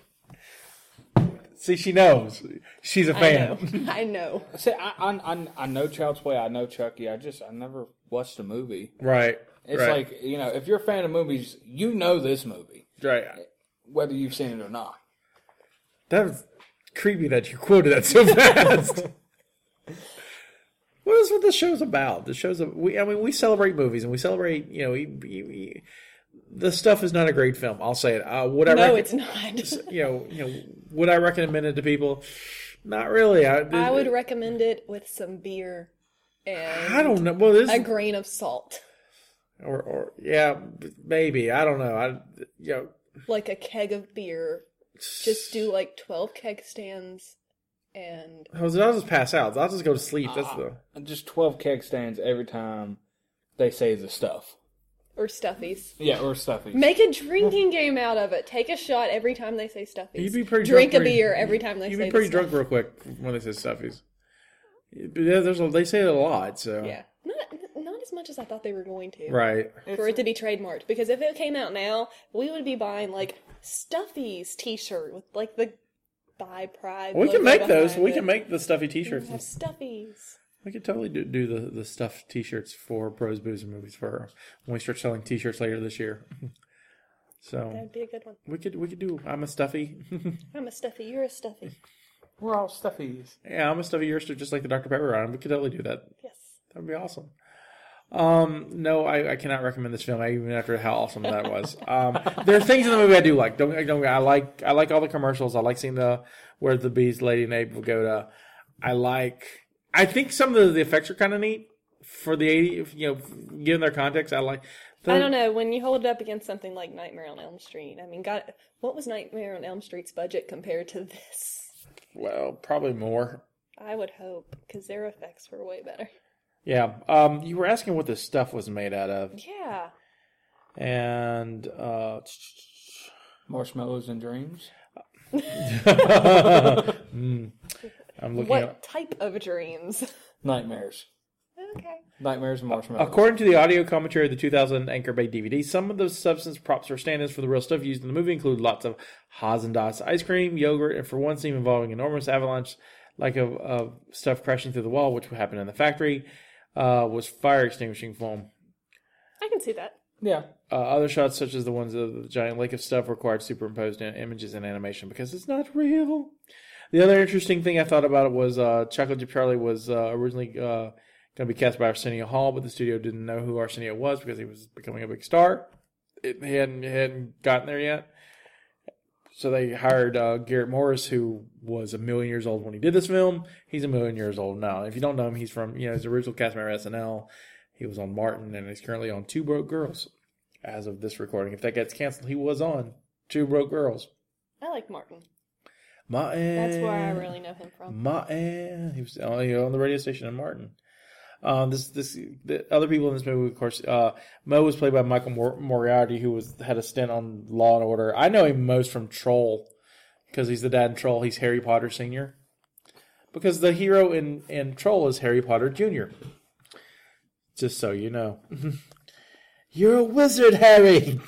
[SPEAKER 8] See, she knows. She's a fan.
[SPEAKER 10] <laughs> I know.
[SPEAKER 9] See, I, I, I, I know Child's Play. I know Chucky. I just I never watched a movie.
[SPEAKER 8] Right.
[SPEAKER 9] It's
[SPEAKER 8] right.
[SPEAKER 9] like you know, if you're a fan of movies, you know this movie,
[SPEAKER 8] right?
[SPEAKER 9] Whether you've seen it or not.
[SPEAKER 8] That was creepy that you quoted that so <laughs> fast. what is what this show's about? The show's a- we. I mean, we celebrate movies and we celebrate. You know, we, we, we- the stuff is not a great film. I'll say it. Uh, would I?
[SPEAKER 10] no,
[SPEAKER 8] recom- <laughs>
[SPEAKER 10] it's not.
[SPEAKER 8] You know, you know, would I recommend it to people? Not really. I,
[SPEAKER 10] I would recommend it with some beer and
[SPEAKER 8] I don't know. Well, this
[SPEAKER 10] a grain of salt,
[SPEAKER 8] or or yeah, maybe I don't know. I you know,
[SPEAKER 10] like a keg of beer. Just do like twelve keg stands, and
[SPEAKER 8] I'll just- I'll just pass out. I'll just go to sleep. That's the
[SPEAKER 9] Just twelve keg stands every time they say the stuff.
[SPEAKER 10] or stuffies.
[SPEAKER 9] Yeah, or stuffies.
[SPEAKER 10] Make a drinking game out of it. Take a shot every time they say stuffies.
[SPEAKER 8] You'd be pretty
[SPEAKER 10] drink
[SPEAKER 8] drunk
[SPEAKER 10] a
[SPEAKER 8] pretty-
[SPEAKER 10] beer every time they
[SPEAKER 8] You'd
[SPEAKER 10] say
[SPEAKER 8] be pretty
[SPEAKER 10] the
[SPEAKER 8] drunk real quick when they say stuffies. Yeah, there's a, they say it a lot. So
[SPEAKER 10] Yeah. Not not as much as I thought they were going to.
[SPEAKER 8] Right.
[SPEAKER 10] For it to be trademarked, because if it came out now, we would be buying like Stuffy's T-shirt with like the buy pride.
[SPEAKER 8] We can
[SPEAKER 10] logo
[SPEAKER 8] make those.
[SPEAKER 10] behind
[SPEAKER 8] We
[SPEAKER 10] it.
[SPEAKER 8] can make the stuffy
[SPEAKER 10] We
[SPEAKER 8] T-shirts.
[SPEAKER 10] have stuffies.
[SPEAKER 8] We could totally do, do the the stuffed T-shirts for Bros, Booze, and Movies for when we start selling T-shirts later this year. <laughs> So
[SPEAKER 10] That'd be a good one.
[SPEAKER 8] we could we could do. I'm a stuffy. <laughs>
[SPEAKER 10] I'm a stuffy. You're a stuffy.
[SPEAKER 8] We're all stuffies. Yeah, I'm a stuffy yourster, just like the Dr Pepper. Item. We could totally do that.
[SPEAKER 10] Yes.
[SPEAKER 8] That would be awesome. Um, no, I, I cannot recommend this film even after how awesome that was. Um, there are things in the movie I do like. Don't, don't I like I like all the commercials. I like seeing the where the bees, Lady and Abe Pagoda. I like. I think some of the effects are kind of neat for the eighty. You know, given their context, I like. The,
[SPEAKER 10] I don't know when you hold it up against something like Nightmare on Elm Street. I mean, God, what was Nightmare on Elm Street's budget compared to this?
[SPEAKER 8] Well, probably more.
[SPEAKER 10] I would hope because their effects were way better.
[SPEAKER 8] Yeah. Um, you were asking what this stuff was made out of,
[SPEAKER 10] Yeah.
[SPEAKER 8] and uh, <laughs>
[SPEAKER 9] Marshmallows and dreams.
[SPEAKER 8] Mm. I'm looking
[SPEAKER 10] what
[SPEAKER 8] up
[SPEAKER 10] type of dreams? <laughs>
[SPEAKER 9] nightmares.
[SPEAKER 10] okay.
[SPEAKER 9] Nightmares and marshmallows.
[SPEAKER 8] According to the audio commentary of the 2000 Anchor Bay DVD, some of the substance props or stand-ins for the real stuff used in the movie include lots of Hazendas ice cream, yogurt, and for one scene involving enormous avalanche like of, of stuff crashing through the wall, which happened in the factory, uh, was fire extinguishing foam.
[SPEAKER 10] I can see that.
[SPEAKER 9] Yeah.
[SPEAKER 8] Uh, other shots, such as the ones of the giant lake of stuff, required superimposed in- images and animation because it's not real. The other interesting thing I thought about was uh, Chocolate Chip Charlie was uh, originally uh, going to be cast by Arsenio Hall, but the studio didn't know who Arsenio was because he was becoming a big star. It, he hadn't he hadn't gotten there yet, so they hired uh, Garrett Morris, who was a million years old when he did this film. He's a million years old now. If you don't know him, he's from you know his original cast member of SNL. He was on Martin, and he's currently on Two Broke Girls as of this recording. If that gets canceled, he was on Two Broke Girls.
[SPEAKER 10] I like Martin.
[SPEAKER 8] Martin.
[SPEAKER 10] That's where I really know him
[SPEAKER 8] Mm.
[SPEAKER 10] from.
[SPEAKER 8] Martin. eh, He was on, he was on the radio station in Martin. Um, this this the other people in this movie, of course, uh, Mo was played by Michael Mor- Moriarty, who was had a stint on Law and Order. I know him most from Troll because he's the dad in Troll. He's Harry Potter Senior because the hero in in Troll is Harry Potter Junior. Just so you know, <laughs> you're a wizard, Harry.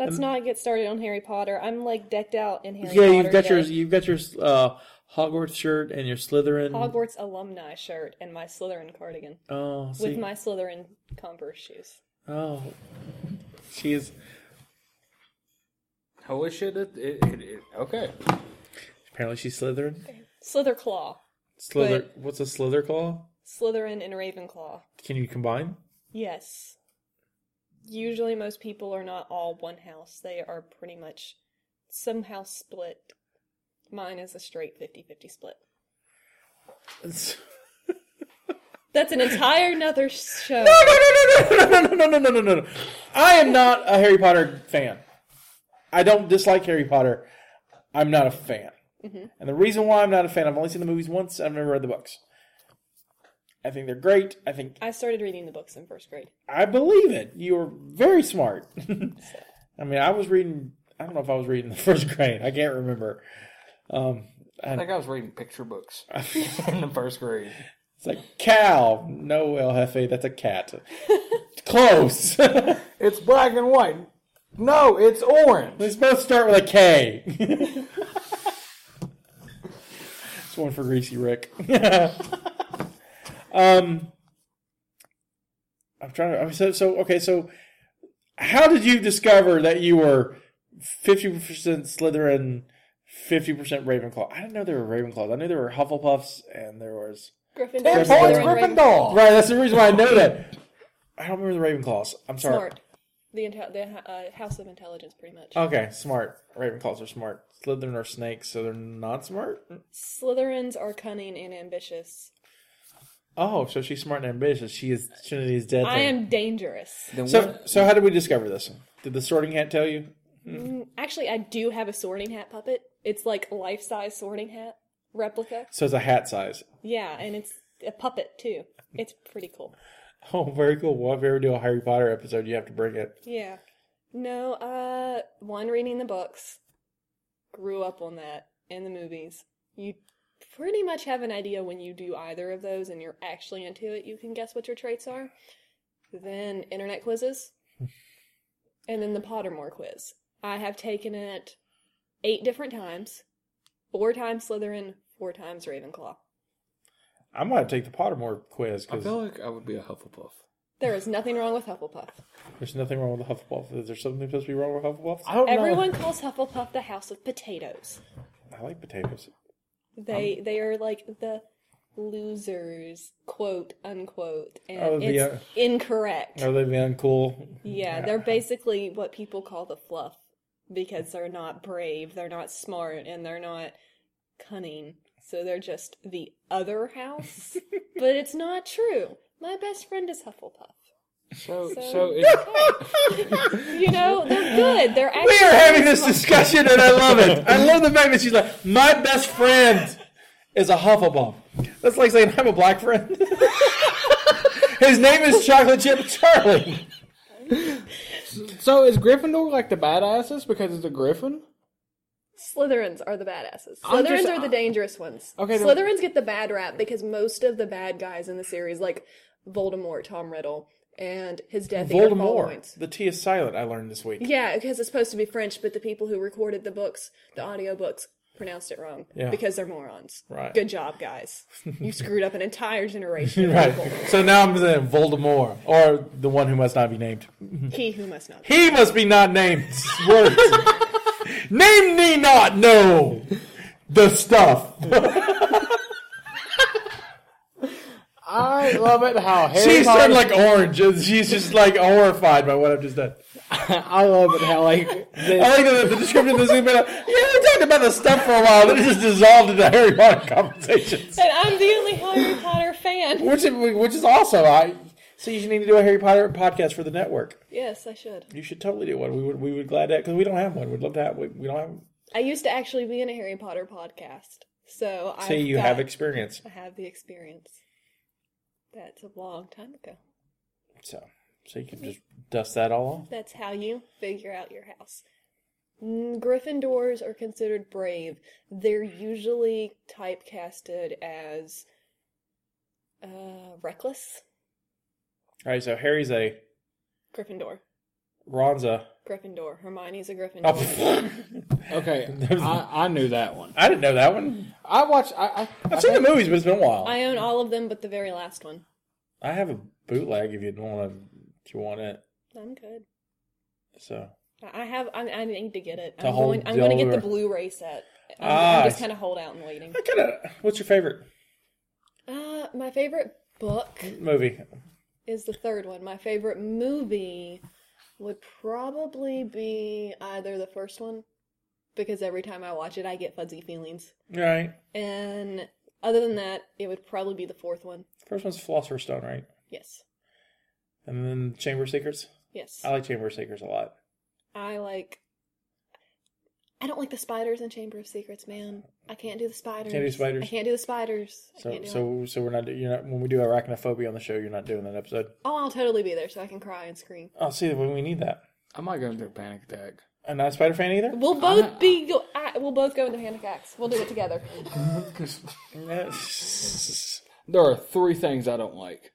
[SPEAKER 10] Let's not get started on Harry Potter. I'm like decked out in Harry
[SPEAKER 8] Um, yeah,
[SPEAKER 10] Potter.
[SPEAKER 8] you've got your
[SPEAKER 10] today.
[SPEAKER 8] you've got your uh, Hogwarts shirt and your Slytherin.
[SPEAKER 10] Hogwarts alumni shirt and my Slytherin cardigan.
[SPEAKER 8] Oh, see.
[SPEAKER 10] with my Slytherin Converse shoes.
[SPEAKER 8] Oh, she is
[SPEAKER 9] Holy shit! It, it, it, it, okay.
[SPEAKER 8] apparently she's Slytherin.
[SPEAKER 10] Slitherclaw,
[SPEAKER 8] Slither. what's a Slither claw?
[SPEAKER 10] Slytherin, and Ravenclaw.
[SPEAKER 8] Can you combine? <laughs>
[SPEAKER 10] Yes. Usually, most people are not all one house. They are pretty much somehow split. Mine is a straight 50 50 split. That's an entire nother show.
[SPEAKER 8] No, no, no, no, no, no, no, no. I am not a Harry Potter fan. I don't dislike Harry Potter. I'm not a fan.
[SPEAKER 10] Mhm.
[SPEAKER 8] And the reason why I'm not a fan, I've only seen the movies once. I've never read the books. I think they're great. I think
[SPEAKER 10] I started reading the books in first grade.
[SPEAKER 8] I believe it. You were very smart. <laughs> I mean, I was reading. I don't know if I was reading the first <laughs> grade. I can't remember. Um,
[SPEAKER 9] I
[SPEAKER 8] I,
[SPEAKER 9] think I was reading picture books in the first grade.
[SPEAKER 8] it's like cow. No, El Jefe, that's a cat. Close. <laughs>
[SPEAKER 9] it's black and white. No, it's orange.
[SPEAKER 8] Let's both start with a K. It's one for Greasy Rick. <laughs> um, I'm trying to. So, so okay. So, how did you discover that you were fifty percent Slytherin, fifty percent Ravenclaw? I didn't know there were Ravenclaws. I knew there were Hufflepuffs, and there was
[SPEAKER 10] Gryffindor,
[SPEAKER 8] Gryffindor.
[SPEAKER 10] Slytherin, Ravenclaw.
[SPEAKER 8] Right. That's the reason why I know that. I don't remember the Ravenclaws. I'm sorry. Oh.
[SPEAKER 10] Smart. The, inte- the uh, House of Intelligence, pretty much.
[SPEAKER 8] Okay, smart. Ravenclaws are smart. Slytherin are snakes, so they're not smart.
[SPEAKER 10] Slytherins are cunning and ambitious.
[SPEAKER 8] Oh, so she's smart and ambitious. She is Trinity's dead.
[SPEAKER 10] I am dangerous.
[SPEAKER 8] So, so how did we discover this? Did the Sorting Hat tell you?
[SPEAKER 10] Mm, Actually, I do have a sorting hat puppet. It's like life size sorting hat replica.
[SPEAKER 8] So it's a hat size. <laughs>
[SPEAKER 10] Yeah, and it's a puppet too. It's pretty cool.
[SPEAKER 8] Oh, very cool. Well, if you ever do a Harry Potter episode, you have to bring it.
[SPEAKER 10] Yeah. No, uh, one reading the books, grew up on that, and the movies. You pretty much have an idea when you do either of those and you're actually into it, you can guess what your traits are. Then internet quizzes, and then the Pottermore quiz. I have taken it eight different times. Four times Slytherin, four times Ravenclaw.
[SPEAKER 8] I might take the Pottermore quiz
[SPEAKER 16] I
[SPEAKER 8] because
[SPEAKER 16] feel like I would be a Hufflepuff.
[SPEAKER 10] There is nothing wrong with Hufflepuff.
[SPEAKER 8] there's nothing wrong with the Hufflepuff. Is there something supposed to be wrong with Hufflepuffs?
[SPEAKER 10] Everyone calls Hufflepuff the house of potatoes.
[SPEAKER 8] I like potatoes.
[SPEAKER 10] They
[SPEAKER 8] Um,
[SPEAKER 10] they are like the losers, quote unquote, and
[SPEAKER 8] Oh, the,
[SPEAKER 10] it's
[SPEAKER 8] uh,
[SPEAKER 10] incorrect.
[SPEAKER 8] Are they being cool?
[SPEAKER 10] Yeah, they're basically what people call the fluff because they're not brave, they're not smart, and they're not cunning. So they're just the other
[SPEAKER 8] <laughs>
[SPEAKER 10] house. but it's not true. My best friend is Hufflepuff.
[SPEAKER 16] So, so,
[SPEAKER 10] So-
[SPEAKER 16] it,
[SPEAKER 10] You know, they're good. They're actually
[SPEAKER 8] We are having this discussion, and I love it. I love the fact that she's like, my best friend is a Hufflepuff. That's like saying I'm a black friend. <laughs> His name is Chocolate Chip Charlie.
[SPEAKER 16] <laughs> so is Gryffindor like the badasses because it's a Griffin?
[SPEAKER 10] Slytherins are the badasses.
[SPEAKER 16] I'm
[SPEAKER 10] Slytherins
[SPEAKER 16] just-
[SPEAKER 10] are the dangerous ones.
[SPEAKER 16] Okay, then-
[SPEAKER 10] Slytherins get the bad rap because most of the bad guys in the series, like Voldemort, Tom Riddle, and his Death Eater following-
[SPEAKER 8] Voldemort. The T is silent, I learned this week.
[SPEAKER 10] Yeah, because it's supposed to be French, but the people who recorded the books, the audiobooks, pronounced it wrong
[SPEAKER 8] Yeah.
[SPEAKER 10] because they're morons.
[SPEAKER 8] Right.
[SPEAKER 10] Good job, guys. You screwed up an entire generation of
[SPEAKER 8] right.
[SPEAKER 10] people.
[SPEAKER 8] So now I'm saying Voldemort, or the one who must not be named.
[SPEAKER 10] He who must
[SPEAKER 8] <laughs>
[SPEAKER 10] not.
[SPEAKER 8] He must be not named. Words. Name me not know the stuff.
[SPEAKER 16] I love it <laughs> how Harry
[SPEAKER 8] she's
[SPEAKER 16] Potter.
[SPEAKER 8] turned like orange. and She's just like horrified by what I've just done.
[SPEAKER 16] I love it how like
[SPEAKER 8] I like that the description of this has been like, yeah, we talked about this stuff for a while, then it just dissolved into Harry Potter conversations.
[SPEAKER 10] And I'm the only Harry Potter fan.
[SPEAKER 8] Which is, which is awesome. I so you should need to do a Harry Potter podcast for the network.
[SPEAKER 10] Yes, I should.
[SPEAKER 8] You should totally do one. We would we would glad that because we don't have one. We'd love to have. We, we don't have.
[SPEAKER 10] I used to actually be in a Harry Potter podcast, so I
[SPEAKER 8] See, you have experience.
[SPEAKER 10] I have the experience. That's a long time ago.
[SPEAKER 8] So so you can just dust that all off.
[SPEAKER 10] That's how you figure out your house. Mm, Gryffindors are considered brave. They're usually typecasted as uh, reckless.
[SPEAKER 8] All right. So Harry's a
[SPEAKER 10] Gryffindor.
[SPEAKER 8] Ron's a.
[SPEAKER 10] Gryffindor. Hermione's a Gryffindor.
[SPEAKER 16] <laughs>
[SPEAKER 8] Oh, <laughs>
[SPEAKER 16] okay, I, I knew that one.
[SPEAKER 8] I didn't know that one.
[SPEAKER 16] I watched. I, I
[SPEAKER 8] I've seen the movies, but it's been a while.
[SPEAKER 10] I own all of them but the very last one.
[SPEAKER 8] I have a bootleg if you don't want to. If you want it,
[SPEAKER 10] I'm good.
[SPEAKER 8] so
[SPEAKER 10] I I have. I, I need to get it.
[SPEAKER 8] To
[SPEAKER 10] I'm
[SPEAKER 8] hold
[SPEAKER 10] going. I'm going to get
[SPEAKER 8] Delaware.
[SPEAKER 10] the Blu-ray set. I'm,
[SPEAKER 8] Ah,
[SPEAKER 10] I'm
[SPEAKER 8] I
[SPEAKER 10] just
[SPEAKER 8] see.
[SPEAKER 10] kind of hold out and waiting.
[SPEAKER 8] what's your favorite
[SPEAKER 10] Uh, my favorite book
[SPEAKER 8] movie?
[SPEAKER 10] is the third one. My favorite movie would probably be either the first one, because every time I watch it, I get fuzzy feelings.
[SPEAKER 8] Right.
[SPEAKER 10] And other than that, it would probably be the fourth one.
[SPEAKER 8] First one's Philosopher's Stone, right?
[SPEAKER 10] Yes.
[SPEAKER 8] And then Chamber of Secrets.
[SPEAKER 10] Yes.
[SPEAKER 8] I like Chamber of Secrets a lot.
[SPEAKER 10] I like. I don't like the spiders in Chamber of Secrets, man. I can't do the spiders.
[SPEAKER 8] Can't do spiders.
[SPEAKER 10] I can't do the spiders. I
[SPEAKER 8] So
[SPEAKER 10] can't do it.
[SPEAKER 8] so so we're not you're not when we do arachnophobia on the show, you're not doing that episode.
[SPEAKER 10] Oh, I'll totally be there so I can cry and scream.
[SPEAKER 8] Oh, see, when we need that.
[SPEAKER 16] I might go into a panic attack.
[SPEAKER 8] I'm not a spider fan either. <laughs>
[SPEAKER 10] We'll
[SPEAKER 8] Uh,
[SPEAKER 10] both be. Go- I, we'll both go into panic acts. We'll do it together.
[SPEAKER 16] <laughs> there are three things I don't like: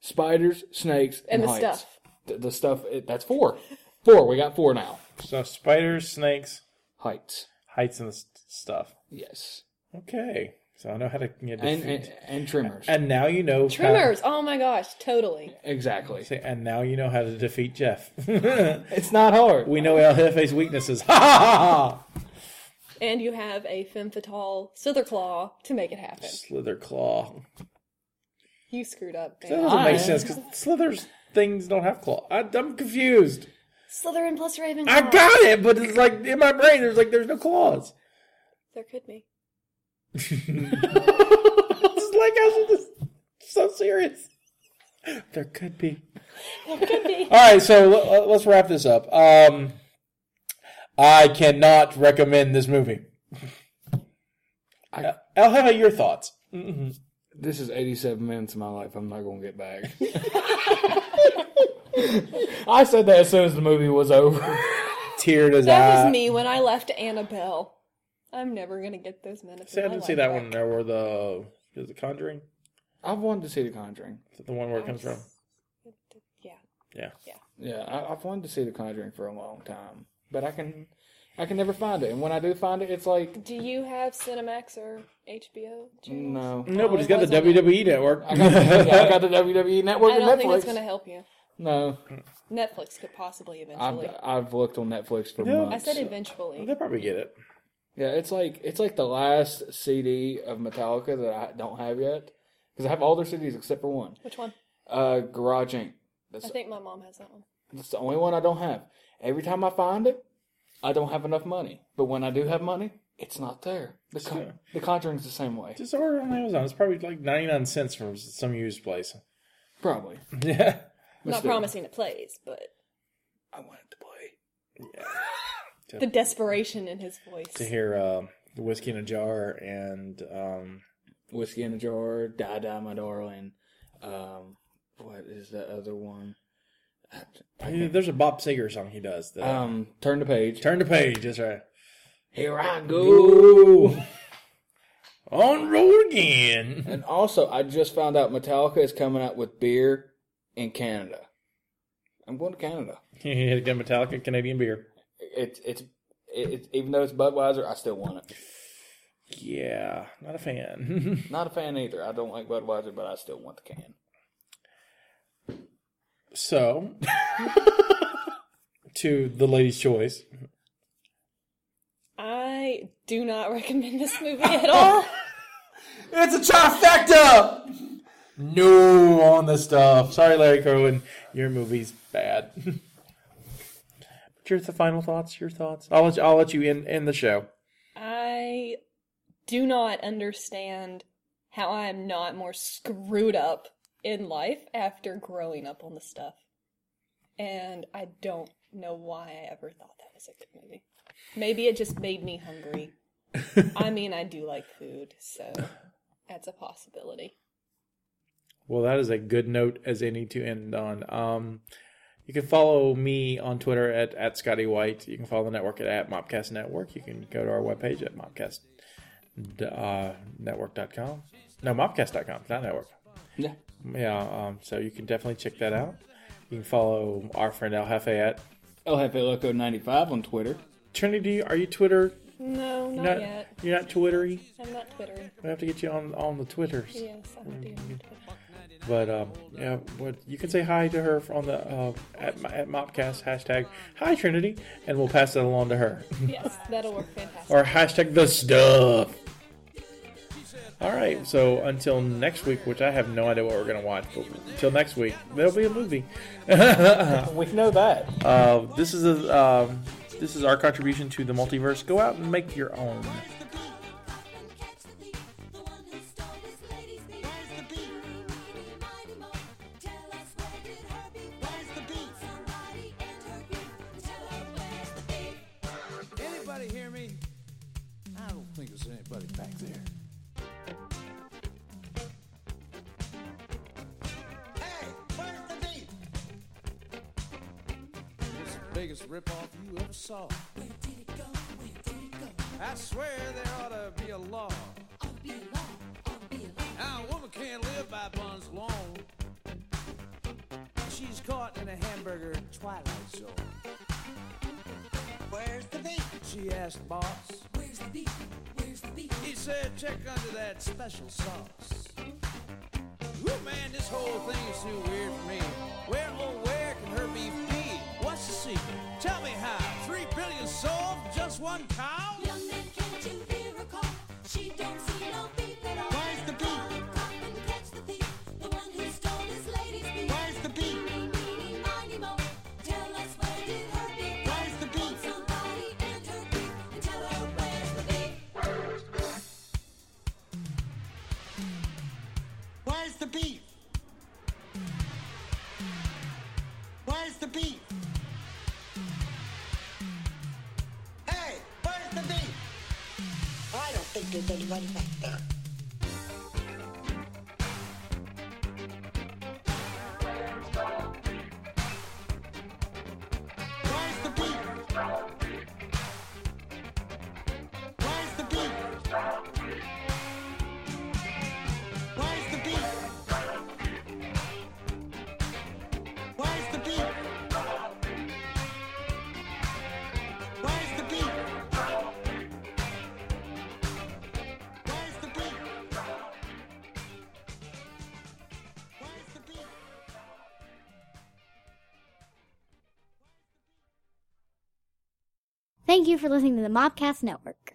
[SPEAKER 16] spiders, snakes, and,
[SPEAKER 10] And the
[SPEAKER 16] heights.
[SPEAKER 10] stuff.
[SPEAKER 16] The, the stuff. It, that's four. Four. We got four now.
[SPEAKER 8] So spiders, snakes,
[SPEAKER 16] heights,
[SPEAKER 8] heights, and s- stuff.
[SPEAKER 16] Yes.
[SPEAKER 8] Okay. So I know how to get
[SPEAKER 16] And- and- and trimmers.
[SPEAKER 8] And now you know how-
[SPEAKER 10] Trimmers. Oh my gosh, totally.
[SPEAKER 16] Exactly.
[SPEAKER 8] See, and now you know how to defeat Jeff. <laughs>
[SPEAKER 16] it's not hard.
[SPEAKER 8] We know El Jefe's weaknesses. <laughs> Ha ha ha!
[SPEAKER 10] And you have a femme fatale Sitherclaw to make it happen.
[SPEAKER 8] Slither claw.
[SPEAKER 10] You screwed up.
[SPEAKER 8] That
[SPEAKER 10] man.
[SPEAKER 8] doesn't make sense because Slither's things don't have claw. I, I'm confused.
[SPEAKER 10] Slytherin plus Ravenclaw.
[SPEAKER 8] I got it, but it's like in my brain. There's like there's no claws. <laughs>
[SPEAKER 10] There could be.
[SPEAKER 8] It's like I should just so serious. There could be.
[SPEAKER 10] There
[SPEAKER 8] <laughs>
[SPEAKER 10] could be.
[SPEAKER 8] All right, so l- l- let's wrap this up. Um, I cannot recommend this movie. <laughs> I, El Jefe, your thoughts?
[SPEAKER 16] This is 87 minutes of my life. I'm not going to get back. <laughs> I said that as soon as the movie was
[SPEAKER 9] <laughs>
[SPEAKER 16] over.
[SPEAKER 8] Teared as
[SPEAKER 10] That was me when I left Annabelle. I'm never gonna get those minutes.
[SPEAKER 8] See, I
[SPEAKER 10] of my
[SPEAKER 8] didn't see that
[SPEAKER 10] life back.
[SPEAKER 8] one there where the is it Conjuring?
[SPEAKER 16] I've wanted to see The Conjuring.
[SPEAKER 8] Is it the one where it comes from?
[SPEAKER 10] Yeah.
[SPEAKER 8] Yeah.
[SPEAKER 16] Yeah, I, I've wanted to see The Conjuring for a long time, but I can.
[SPEAKER 9] I can never find it, and when I do find it, it's like
[SPEAKER 10] Do you have Cinemax or HBO?
[SPEAKER 9] no,
[SPEAKER 8] Nobody's got the WWE network.
[SPEAKER 16] <laughs>
[SPEAKER 9] I
[SPEAKER 8] <laughs>
[SPEAKER 9] got, yeah, I got the E WWE network
[SPEAKER 10] I
[SPEAKER 9] and
[SPEAKER 10] don't think
[SPEAKER 9] Netflix.
[SPEAKER 10] it's going to help you.
[SPEAKER 9] no,
[SPEAKER 10] Netflix could possibly
[SPEAKER 9] I've
[SPEAKER 10] eventually.
[SPEAKER 9] I've looked on Netflix for
[SPEAKER 10] I
[SPEAKER 9] months.
[SPEAKER 10] said eventually.
[SPEAKER 8] They'll probably get it.
[SPEAKER 9] Yeah, it's like it's like the last CD of Metallica that I don't have yet because I have all their CDs except for one.
[SPEAKER 10] Which one?
[SPEAKER 9] Uh, Garage Inc. That's
[SPEAKER 10] I think my mom has that one.
[SPEAKER 9] That's the only one I don't have. Every time I find it, I don't have enough money. But when I do have money, it's not there. The con-
[SPEAKER 8] Sure.
[SPEAKER 9] the Conjuring's the same way.
[SPEAKER 8] Just order it on Amazon. It's probably like 99 cents from some used place.
[SPEAKER 9] Probably.
[SPEAKER 8] Yeah.
[SPEAKER 10] Not promising it plays, but
[SPEAKER 9] I want it to
[SPEAKER 10] play.
[SPEAKER 8] Yeah.
[SPEAKER 10] the desperation in his voice.
[SPEAKER 8] To hear uh, Whiskey in a Jar and. Um,
[SPEAKER 9] Whiskey in a Jar, Die Die My Darling. Um, what is that other one?
[SPEAKER 8] Yeah, There's a Bob Seger song he does. that-
[SPEAKER 9] Um, turn the page.
[SPEAKER 8] Turn the page. That's right.
[SPEAKER 9] Here I go.
[SPEAKER 8] On road again. <laughs>
[SPEAKER 9] And also, I just found out Metallica is coming out with beer in Canada. I'm going to Canada.
[SPEAKER 8] Again, Metallica Canadian beer.
[SPEAKER 9] It's it's it's even though it's Budweiser, I still want it.
[SPEAKER 8] Yeah, not a fan. <laughs>
[SPEAKER 9] Not a fan either. I don't like Budweiser, but I still want the can. <laughs>
[SPEAKER 8] So, to the lady's choice.
[SPEAKER 10] I do not <laughs> recommend this movie
[SPEAKER 9] <laughs>
[SPEAKER 10] at all.
[SPEAKER 8] Oh. <laughs> It's a trifecta. No on the stuff. Sorry, Larry Kerwin. Your movie's bad. <laughs> But your the final thoughts. Your thoughts. I'll let you, I'll let you end, end the show.
[SPEAKER 10] I do not understand how I am not more screwed up in life after growing up on the stuff. And I don't know why I ever thought that was a good movie. Maybe it just made me hungry. I mean, I do like food, so that's a possibility.
[SPEAKER 8] Well, that is a good note as any to end on. Um, you can follow me on Twitter at, at Scotty White. You can follow the network at, at Mopcast Network. You can go to our webpage at Mopcast uh, network.com. No, Mopcast.com, not network.
[SPEAKER 9] Yeah.
[SPEAKER 8] Yeah, um, so you can definitely check that out. You can follow our friend El Jefe at
[SPEAKER 9] El Jefe Loco 95 on Twitter.
[SPEAKER 8] Trinity, are you Twitter?
[SPEAKER 10] No, not,
[SPEAKER 8] Not-
[SPEAKER 10] yet.
[SPEAKER 8] You're not Twittery?
[SPEAKER 10] I'm not Twittering.
[SPEAKER 8] We have to get you on, on the Twitters.
[SPEAKER 10] Yes, I do. on Twitter.
[SPEAKER 8] But um, yeah, but you can say hi to her on the uh, at, my- at Mopcast hashtag Hi Trinity, and we'll pass that along to her. <laughs>
[SPEAKER 10] Yes, that'll work fantastic.
[SPEAKER 8] or hashtag the stuff. All right, so until next week, which I have no idea what we're gonna watch, but until next week, there'll be a movie.
[SPEAKER 9] we know that.
[SPEAKER 8] Uh, this is a um, this is our contribution to the multiverse. Go out and make your own.
[SPEAKER 17] Anybody hear me? I don't think there's anybody back there.
[SPEAKER 13] Hey, where's the beat?
[SPEAKER 17] It's the biggest ripoff you ever saw. Where did it go? Where did it go? I swear there ought to be a law. Ought be a law. Ought be a law. Now a woman can't live by buns alone. She's caught in a hamburger twilight zone. Where's the beat? She asked boss. Where's the beat? Where's the beat? He said, check under that special sauce. Woo, man, this whole thing is too weird for me. Where, oh, where can her beef be? What's the secret? Tell me how. Three billion sold for just one cow? Young man, can't you hear a call? She don't see no beef at all. Where's the beef?
[SPEAKER 13] Where's the beat? Where's the beat? Where's the beef? Where's the beef? Hey, where's the beef?
[SPEAKER 17] I don't think there's anybody back there.
[SPEAKER 13] Where's the beef? Where's the beef? Where's the beef? Where's the beef? Where's the beef?
[SPEAKER 1] Thank you for listening to the Mobcast Network.